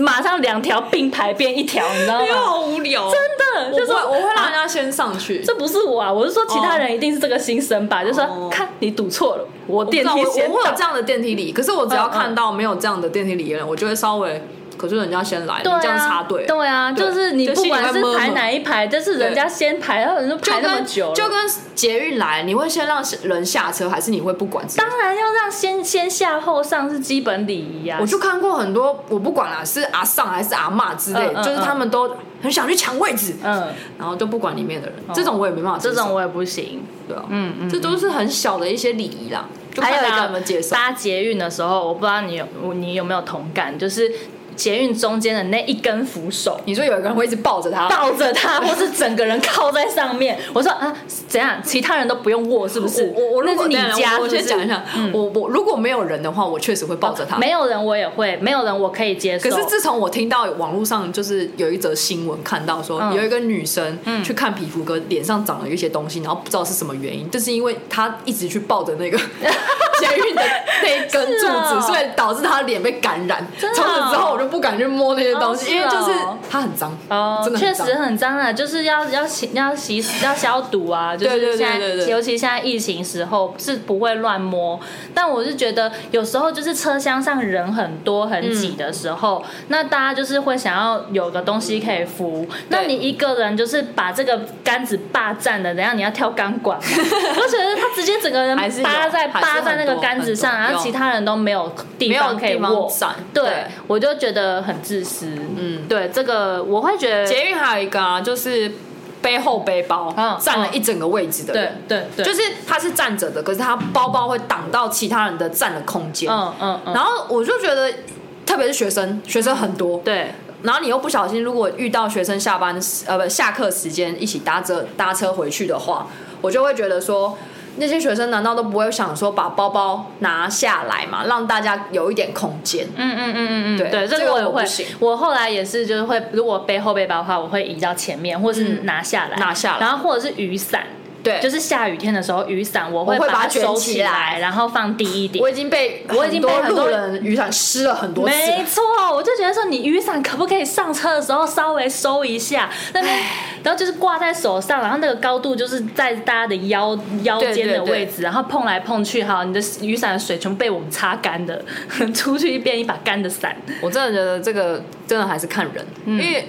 A: 马上两条并排变一条，你知道
C: 因为
A: 吗？
C: 好无聊，
A: 真的，就
C: 我
A: 是
C: 会我会让
A: 啊
C: 人家先上去。
A: 这不是我啊，我是说其他人一定是这个心声吧，就
C: 哦
A: 说看你赌错了，我电梯
C: 我知道
A: 先
C: 我我有
A: 到
C: 这。样的电梯礼，可是我只要
A: 嗯嗯
C: 看到没有这样的电梯礼的人，我就会稍微，可是人家先来，
A: 对
C: 你这样
A: 啊
C: 插，队，
A: 对啊，
C: 对
A: 就是你
C: 就心
A: 不
C: 里
A: 管
C: 会
A: 是
C: 闷
A: 排
C: 嘛
A: 哪一排，但是人
C: 对
A: 家先排，然后人都
C: 就
A: 排那么
C: 跟
A: 久了，
C: 就跟捷运来，你会先让人下车，还是你会不管？
A: 当然要让先先下后上是基本礼仪啊
C: 我。就看过很多，我不管啦，是阿上还是阿骂之类
A: 嗯，嗯
C: 就是他
A: 嗯
C: 们都很想去抢位置，
A: 嗯，哦
C: 然后就不管里面的人，这种我也没办法接
A: 这
C: 受，
A: 种我也不行。
C: 对啊，
A: 嗯嗯
C: 这都是很小的一些礼仪啦，就
A: 还
C: 看
A: 有
C: 大家
A: 一
C: 怎
A: 个
C: 么接受。
A: 搭捷运的时候，我不知道你有你有没有同感，就是捷运中间的那一根扶手，
C: 你说有一个人会一直抱着他，
A: 抱着 [LAUGHS] 它，或是整个人靠在上面。我说啊，怎样？其他人都不用握，是不是？
C: 我我如
A: 那
C: 果
A: 是你
C: 等一下
A: 家，
C: 我我
A: 是不
C: 先
A: 是嗯哦
C: 讲一下，我我如果没有人的话，我确实会抱着他。
A: 没有人我也会，没有人我可以接受。
C: 可是自从我听到网络上就是有一则新闻，看到说
A: 嗯
C: 有一个女生去看皮肤科，脸上长了一些东西，然后不知道是什么原因，就是因为她一直去抱着
A: [LAUGHS]
C: 那个捷运的那一根
A: 是
C: 柱
A: 哦
C: 子，所以导致她的脸被感染。
A: 真
C: 从
A: 的
C: 此
A: 哦
C: 之后我就不敢去摸那些东
A: 哦
C: 西，因为就是
A: 是哦
C: 它很脏
A: 哦，，
C: 真的
A: 确
C: 很脏
A: 实。很脏啊，就是要要洗要洗要消毒啊，就
C: 对对
A: 是
C: 对
A: 现在
C: 对对对
A: 尤其现在疫情时候是不会乱摸，但我是觉得有时候就是车厢上人很多很挤的时候，
C: 嗯
A: 那大家就是会想要有个东西可以扶，那你一个人就是把这个杆子霸占了，等下你要跳钢
C: [LAUGHS]
A: 管吗，我觉得他直接整个人
C: 还是有
A: 扒在
C: 还是很
A: 扒在那个
C: 多
A: 杆子上，
C: 很多
A: 然后
C: 有
A: 其他人都没有地方可
C: 没有
A: 以
C: 地方
A: 握
C: 站，对
A: 对我就觉得很自私，嗯，对这个我会觉得
C: 捷运还有一个啊，就是背后背包
A: 嗯
C: 占了一整个位置的
A: 对
C: 人。
A: 对对，
C: 就是他是站着的，可是他包包会挡到其他人的占的空间。
A: 嗯嗯嗯，
C: 然后我就觉得，特别是学生，学生很多，
D: 对，
C: 然后你又不小心，如果遇到学生下班时呃不下课时间一起搭车搭车回去的话，我就会觉得说，那些学生难道都不会想说把包包拿下来嘛，让大家有一点空间？
A: 嗯嗯嗯嗯嗯，
C: 对
A: 对，这
C: 这
A: 个
C: 个
A: 我也
C: 我
A: 会
C: 不行。
A: 我后来也是，就是会如果背后背包的话，我会移到前面，或是
C: 嗯
A: 拿下来，
C: 拿下来
A: 然后或者是雨伞。
C: 对，
A: 就是下雨天的时候，雨伞我
C: 我会
A: 把
C: 把它卷
A: 收
C: 起
A: 起
C: 来
A: 来，然后放低一点
C: 我。已经被
A: 我已经被
C: 很
A: 很多
C: 多路
A: 人
C: 人雨伞湿了很多次了，
A: 没错，我就觉得说，你雨伞可不可以上车的时候稍微收一下？那边，然后就是挂在手上，然后那个高度就是在大家的腰腰
C: 对
A: 间的
C: 对对
A: 位置，然后碰来碰去，哈，你的雨伞的水全部被我们擦干的， [LAUGHS] 出去变一把干的伞。
C: 我真的觉得这个真的还是看人，
A: 嗯
C: 因为，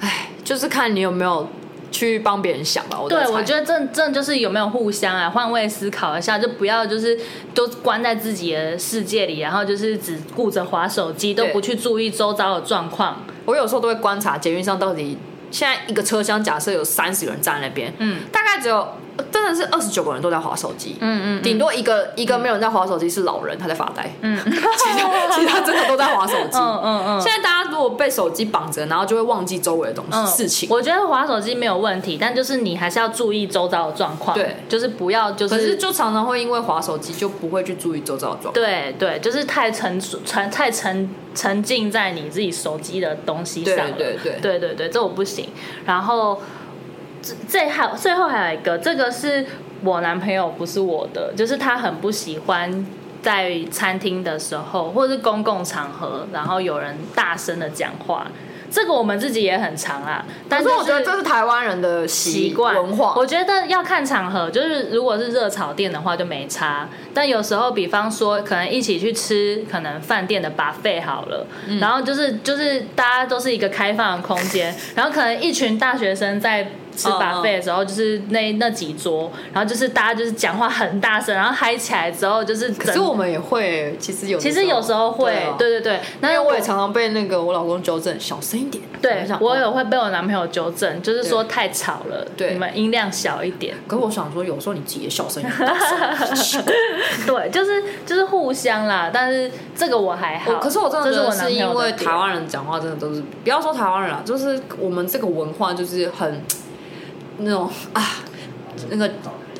C: 哎，就是看你有没有去帮别人想吧。我
A: 对，我
C: 得。
A: 觉得这这就是有没有互相啊，换位思考一下，就不要就是都关在自己的世界里，然后就是只顾着划手机，都
C: 对
A: 不去注意周遭的状况。
C: 我有时候都会观察捷运上到底现在一个车厢，假设有三十个人站在那边，
A: 嗯，
C: 大概只有呃真的是二十九个人都在划手机，
A: 嗯嗯
C: 顶多一个一个没有人在划手机是老人，他在发呆，嗯， [LAUGHS] 其他其他真的都在划手机，
A: 嗯嗯嗯。
C: 现在大家如果被手机绑着，然后就会忘记周围的东西、事情。
A: 嗯我觉得滑手机没有问题，但就是你还是要注意周遭的状况，
C: 对
A: 就是不要就
C: 可
A: 是
C: 是就常常会因为划手机就不会去注意周遭的状况。
A: 对对，就是太沉沉太沉沉浸在你自己手机的东西上了，
C: 对对对
A: 对对对这我不行。然后这这还最后还有一个，这个是我男朋友不是我的，就是他很不喜欢。在餐厅的时候，或者是公共场合，然后有人大声的讲话，这个我们自己也很常啊。但
C: 可
A: 是
C: 是我觉得这是台湾人的习
A: 习惯
C: 文化，
A: 我觉得要看场合，就是如果是热炒店的话就没差，但有时候比方说可能一起去吃，可能饭店的 buffet 好了，
C: 嗯
A: 然后就是就是大家都是一个开放的空间，然后可能一群大学生在。吃
C: 嗯嗯
A: buffet 的时候，就是那那几桌，然后就是大家就是讲话很大声，然后嗨起来之后就是整。
C: 可是我们也会，其实有的
A: 其实有时候会，
C: 啊
A: 对对对，那
C: 因为我也常常被那个我老公纠正，小声一点。
A: 对
C: 想，
A: 我
C: 哦
A: 有会被我男朋友纠正，就是说太吵了，
C: 对
A: 你们音量小一点。
C: 可我想说，有时候你自己的笑声
A: [LAUGHS]
C: 也很大声。
A: 对，就是就是互相啦，但是这个我还好。
C: 我可是我真的觉得
A: 这是我
C: 是因
A: 男朋友
C: 为
A: 的点
C: 台湾人讲话真的都是，不要说台湾人啊，就是我们这个文化就是很那种啊，那个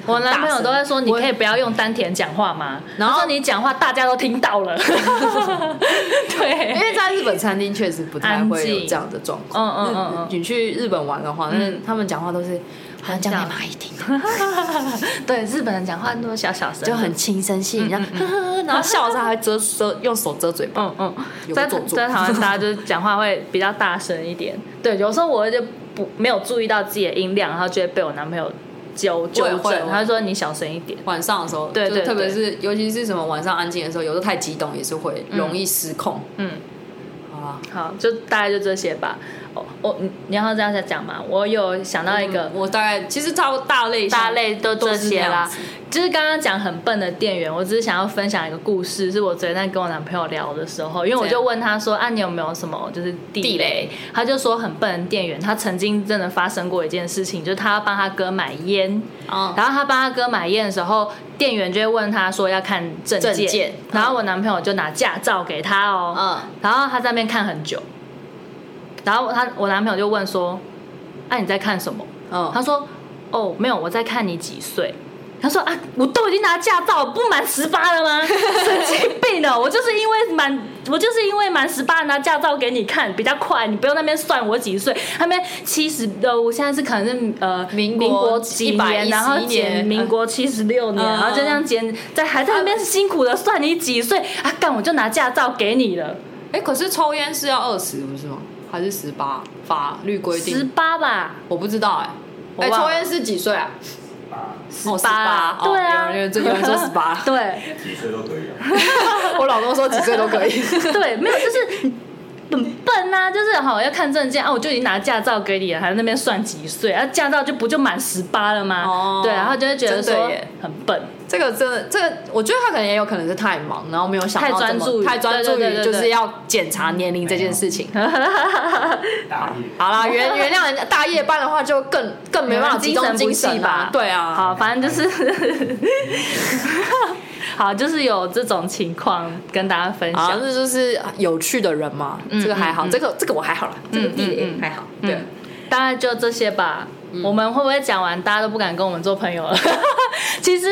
A: 我男朋友都
C: 大
A: 在
C: 声
A: 说，你可以不要用丹田讲话吗？
C: 然后
A: 他说你讲话大家都听到
C: [LAUGHS]
A: 了。
C: 因
A: 对，
C: 为在日本餐厅确实不太会有这样的状况。
A: 安静嗯嗯嗯嗯
C: 日你去日本玩的话，那
A: 嗯
C: 他们讲话都是好像讲给
A: 很小
C: 蚂蚁听，
A: 对，日本人讲话都小小声，
C: 就很轻声细语，然后呵呵呵然后笑的时候还遮遮用手遮嘴巴。
A: 嗯嗯，
C: 有
A: 在
C: 做作
A: 在台湾大
C: [LAUGHS]
A: 家就是讲话会比较大声一点。对，有时候我就不没有注意到自己的音量，然后就会被我男朋友纠纠
C: 我也会
A: 正，他说你小声一点。
C: 晚上的时候，
A: 对
C: 就是
A: 对
C: 特别
A: 对
C: 是尤其是什么晚上安静的时候，有时候太激动也是会容易失控。
A: 嗯。
C: 好吧，
A: 好，就大概就这些吧。我我你你要这样再讲嘛？我有想到一个
C: 嗯我大概其实差不多大类
A: 大类都这些啦
C: 都是那样子，
A: 就是刚刚讲很笨的店员，我只是想要分享一个故事，是我昨天在跟我男朋友聊的时候，因为我
C: 这
A: 就
C: 样
A: 问他说啊，你有没有什么就是地
C: 地雷
A: 他就说很笨的店员，他曾经真的发生过一件事情，就是他要帮他哥买烟，
C: 嗯，
A: 然后他帮他哥买烟的时候，店员就会问他说要看证件，
C: 证件
A: 然后我男朋友就拿驾照给他哦，
C: 嗯
A: 然后他在那边看很久，然后他我男朋友就问说：“啊，你在看什么？”
C: 嗯，
A: 他说：“哦，没有，我在看你几岁。”他说：“啊，我都已经拿驾照，不满十八了
C: [LAUGHS]
A: 吗？神经病的！我就是因为满，我就是因为满十八拿驾照给你看比较快，你不用那边算我几岁，他们七十呃，我现在是可能是呃
C: 民
A: 民
C: 国
A: 国几
C: 111
A: 年，然后
C: 年
A: 减民国七十六年，
C: 嗯啊
A: 然后就这样减，在还在那边辛苦的算你几岁啊？干，我就拿驾照给你了。”
C: 哎、可是抽烟是要二十不是吗？还是十八？法律规
A: 十
C: 定，
A: 八吧，
C: 我不知道哎、
A: 我
C: 哎、
A: 忘了哦
C: 抽烟是几岁啊？哦十八，十
A: 啦对啊，，
C: 有人有人说十八
A: [LAUGHS]
C: [LAUGHS]
A: 对
E: [LAUGHS] 几岁都可以啊。
C: 我老公说几岁都可以。
A: 对，没有，就是很笨啊，就是好要看证件啊，我就已经拿驾照给你了，还在那边算几岁啊？驾照就不就满十八了吗？
C: 哦
A: 对，然后就会觉得
C: 真
A: 说
C: 的耶
A: 很笨，
C: [LAUGHS] 这个真的，这个我觉得他可能也有可能是太忙，然后没有想到
A: 太专
C: 这么
A: 注于
C: 太专注
A: 对对
C: 于
A: 对对
C: 就
A: 对
C: 是要检查年龄这件事情。
E: 大业。
C: 好啦，原原谅人家大夜班的话，就更更没办法集中精神啦
A: 精神不济吧
C: 对啊，
A: 好，反正就是， [LAUGHS] 好，就是有这种情况跟大家分
C: 啊，
A: 享。
C: 这就是有趣的人嘛，这个还好，这个这个我还好啦，这个地雷
A: 嗯嗯嗯
C: 还好，
A: 嗯
C: 对。嗯
A: 大概就这些吧。我们会不会讲完，大家都不敢跟我们做朋友了？ [LAUGHS] 其实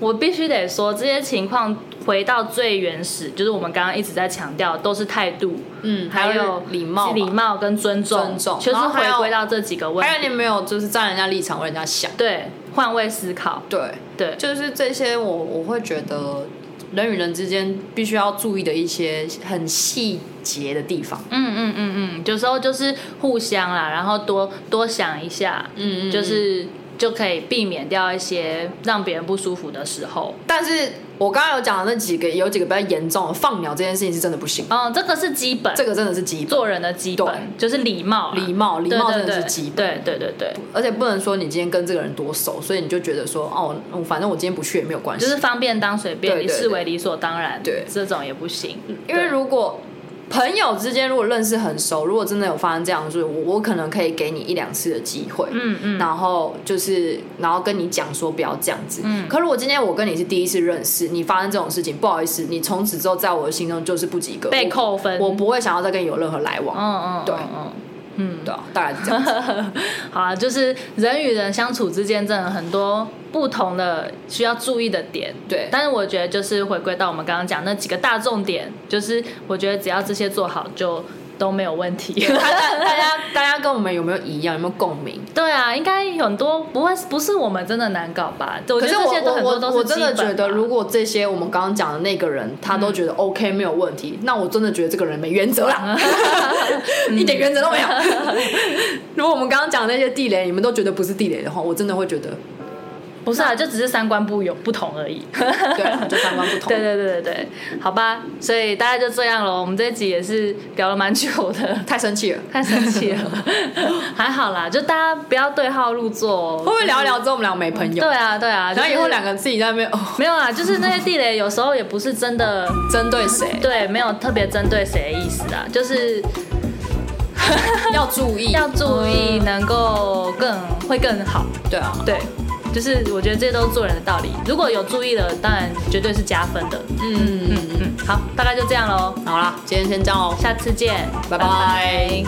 A: 我必须得说，这些情况回到最原始，就是我们刚刚一直在强调，都是态度，
C: 嗯还
A: 还
C: 有
A: 有
C: 礼貌吧
A: 礼貌跟尊重，
C: 尊重
A: 就是
C: 然后还
A: 回
C: 有
A: 归到这几个问
C: 还
A: 题，
C: 有你没有就是站人家立场为人家想，
A: 对，换位思考，
C: 对，
A: 对，
C: 就是这些我我会觉得人与人之间必须要注意的一些很细节的地方。
A: 嗯嗯嗯嗯，有时候就是互相啦，然后多多想一下，
C: 嗯
A: 就是就可以避免掉一些让别人不舒服的时候。
C: 但是我刚刚有讲的那几个有几个比较严重的，放鸟这件事情是真的不行，
A: 嗯，这个是基本，
C: 这个真的是基本
A: 做人的基本就是礼貌啦，啊
C: 礼貌，礼貌
A: 对对
C: 真的是
A: 对
C: 基本。
A: 对对对对，
C: 而且不能说你今天跟这个人多熟，所以你就觉得说哦，我反正我今天不去也没有关系，
A: 就是方便当随便，
C: 对对
A: 你
C: 对
A: 视为理所当然，
C: 对嗯
A: 这种也不行。
C: 因为
A: 对
C: 如果朋友之间如果认识很熟，如果真的有发生这样的事，我我可能可以给你一两次的机会，
A: 嗯嗯
C: 然后就是然后跟你讲说不要这样子。嗯，可如果今天我跟你是第一次认识，你发生这种事情，不好意思，你从此之后在我的心中就是不及格，
A: 被
C: 我
A: 扣分
C: 我不会想要再跟你有任何来往。
A: 嗯嗯，
C: 对
A: 嗯嗯。 [LAUGHS] 嗯，
C: 对啊，大概是
A: [LAUGHS]
C: 这样子。
A: 好啊，就是人与人相处之间，真的很多不同的需要注意的点。
C: 对
A: 但是我觉得就是回归到我们刚刚讲那几个大重点，就是我觉得只要这些做好，就都没有问题。
C: 大家大家大家跟我们有没有一样？有没有共鸣？
A: 对啊，应该有很多不会不是我们真的难搞吧？我
C: 可
A: 觉得
C: 是
A: 这
C: 我
A: 些都很多
C: 我我
A: 都是
C: 我
A: 基
C: 真
A: 本嗯
C: 的觉得，
A: 吧
C: 如果这些我们刚刚讲的那个人他都觉得 OK 没有问题，那我真的觉得这个人没原
A: [LAUGHS]
C: 则啦，
A: 嗯
C: 一点原则都没有。如果我们刚刚讲的那些地雷，你们都觉得不是地雷的话，我真的会觉得
A: 不是啊，就只是三观不有不同而
C: [LAUGHS]
A: 已。
C: 对啊，就三观不同。
A: 对对对对对，好吧，所以大概就这样了。我们这一集也是聊了蛮久的，
C: 太生气了。
A: 太生气
C: [LAUGHS]
A: 了，还好啦，就大家不要对号入座
C: 会不
A: 哦。
C: 会聊一聊之后我们俩没朋友？
A: 对啊，对啊，
C: 然后以后两
A: 个
C: 个人自己在那边哦，
A: 没有啦，就是那些地雷有时候也不是真的，
C: 针对
A: [LAUGHS]
C: 谁
A: 对，没有特别针对谁的意思啊，就是
C: 要注意？
A: 啊要注意，能够更会更好，
C: 对啊，
A: 对。就是我觉得这些都是做人的道理，如果有注意了，当然绝对是加分的。
C: 嗯，
A: 嗯，好，大概就这样喽，
C: 好啦，今天先这样哦，
A: 下次见，
C: 拜拜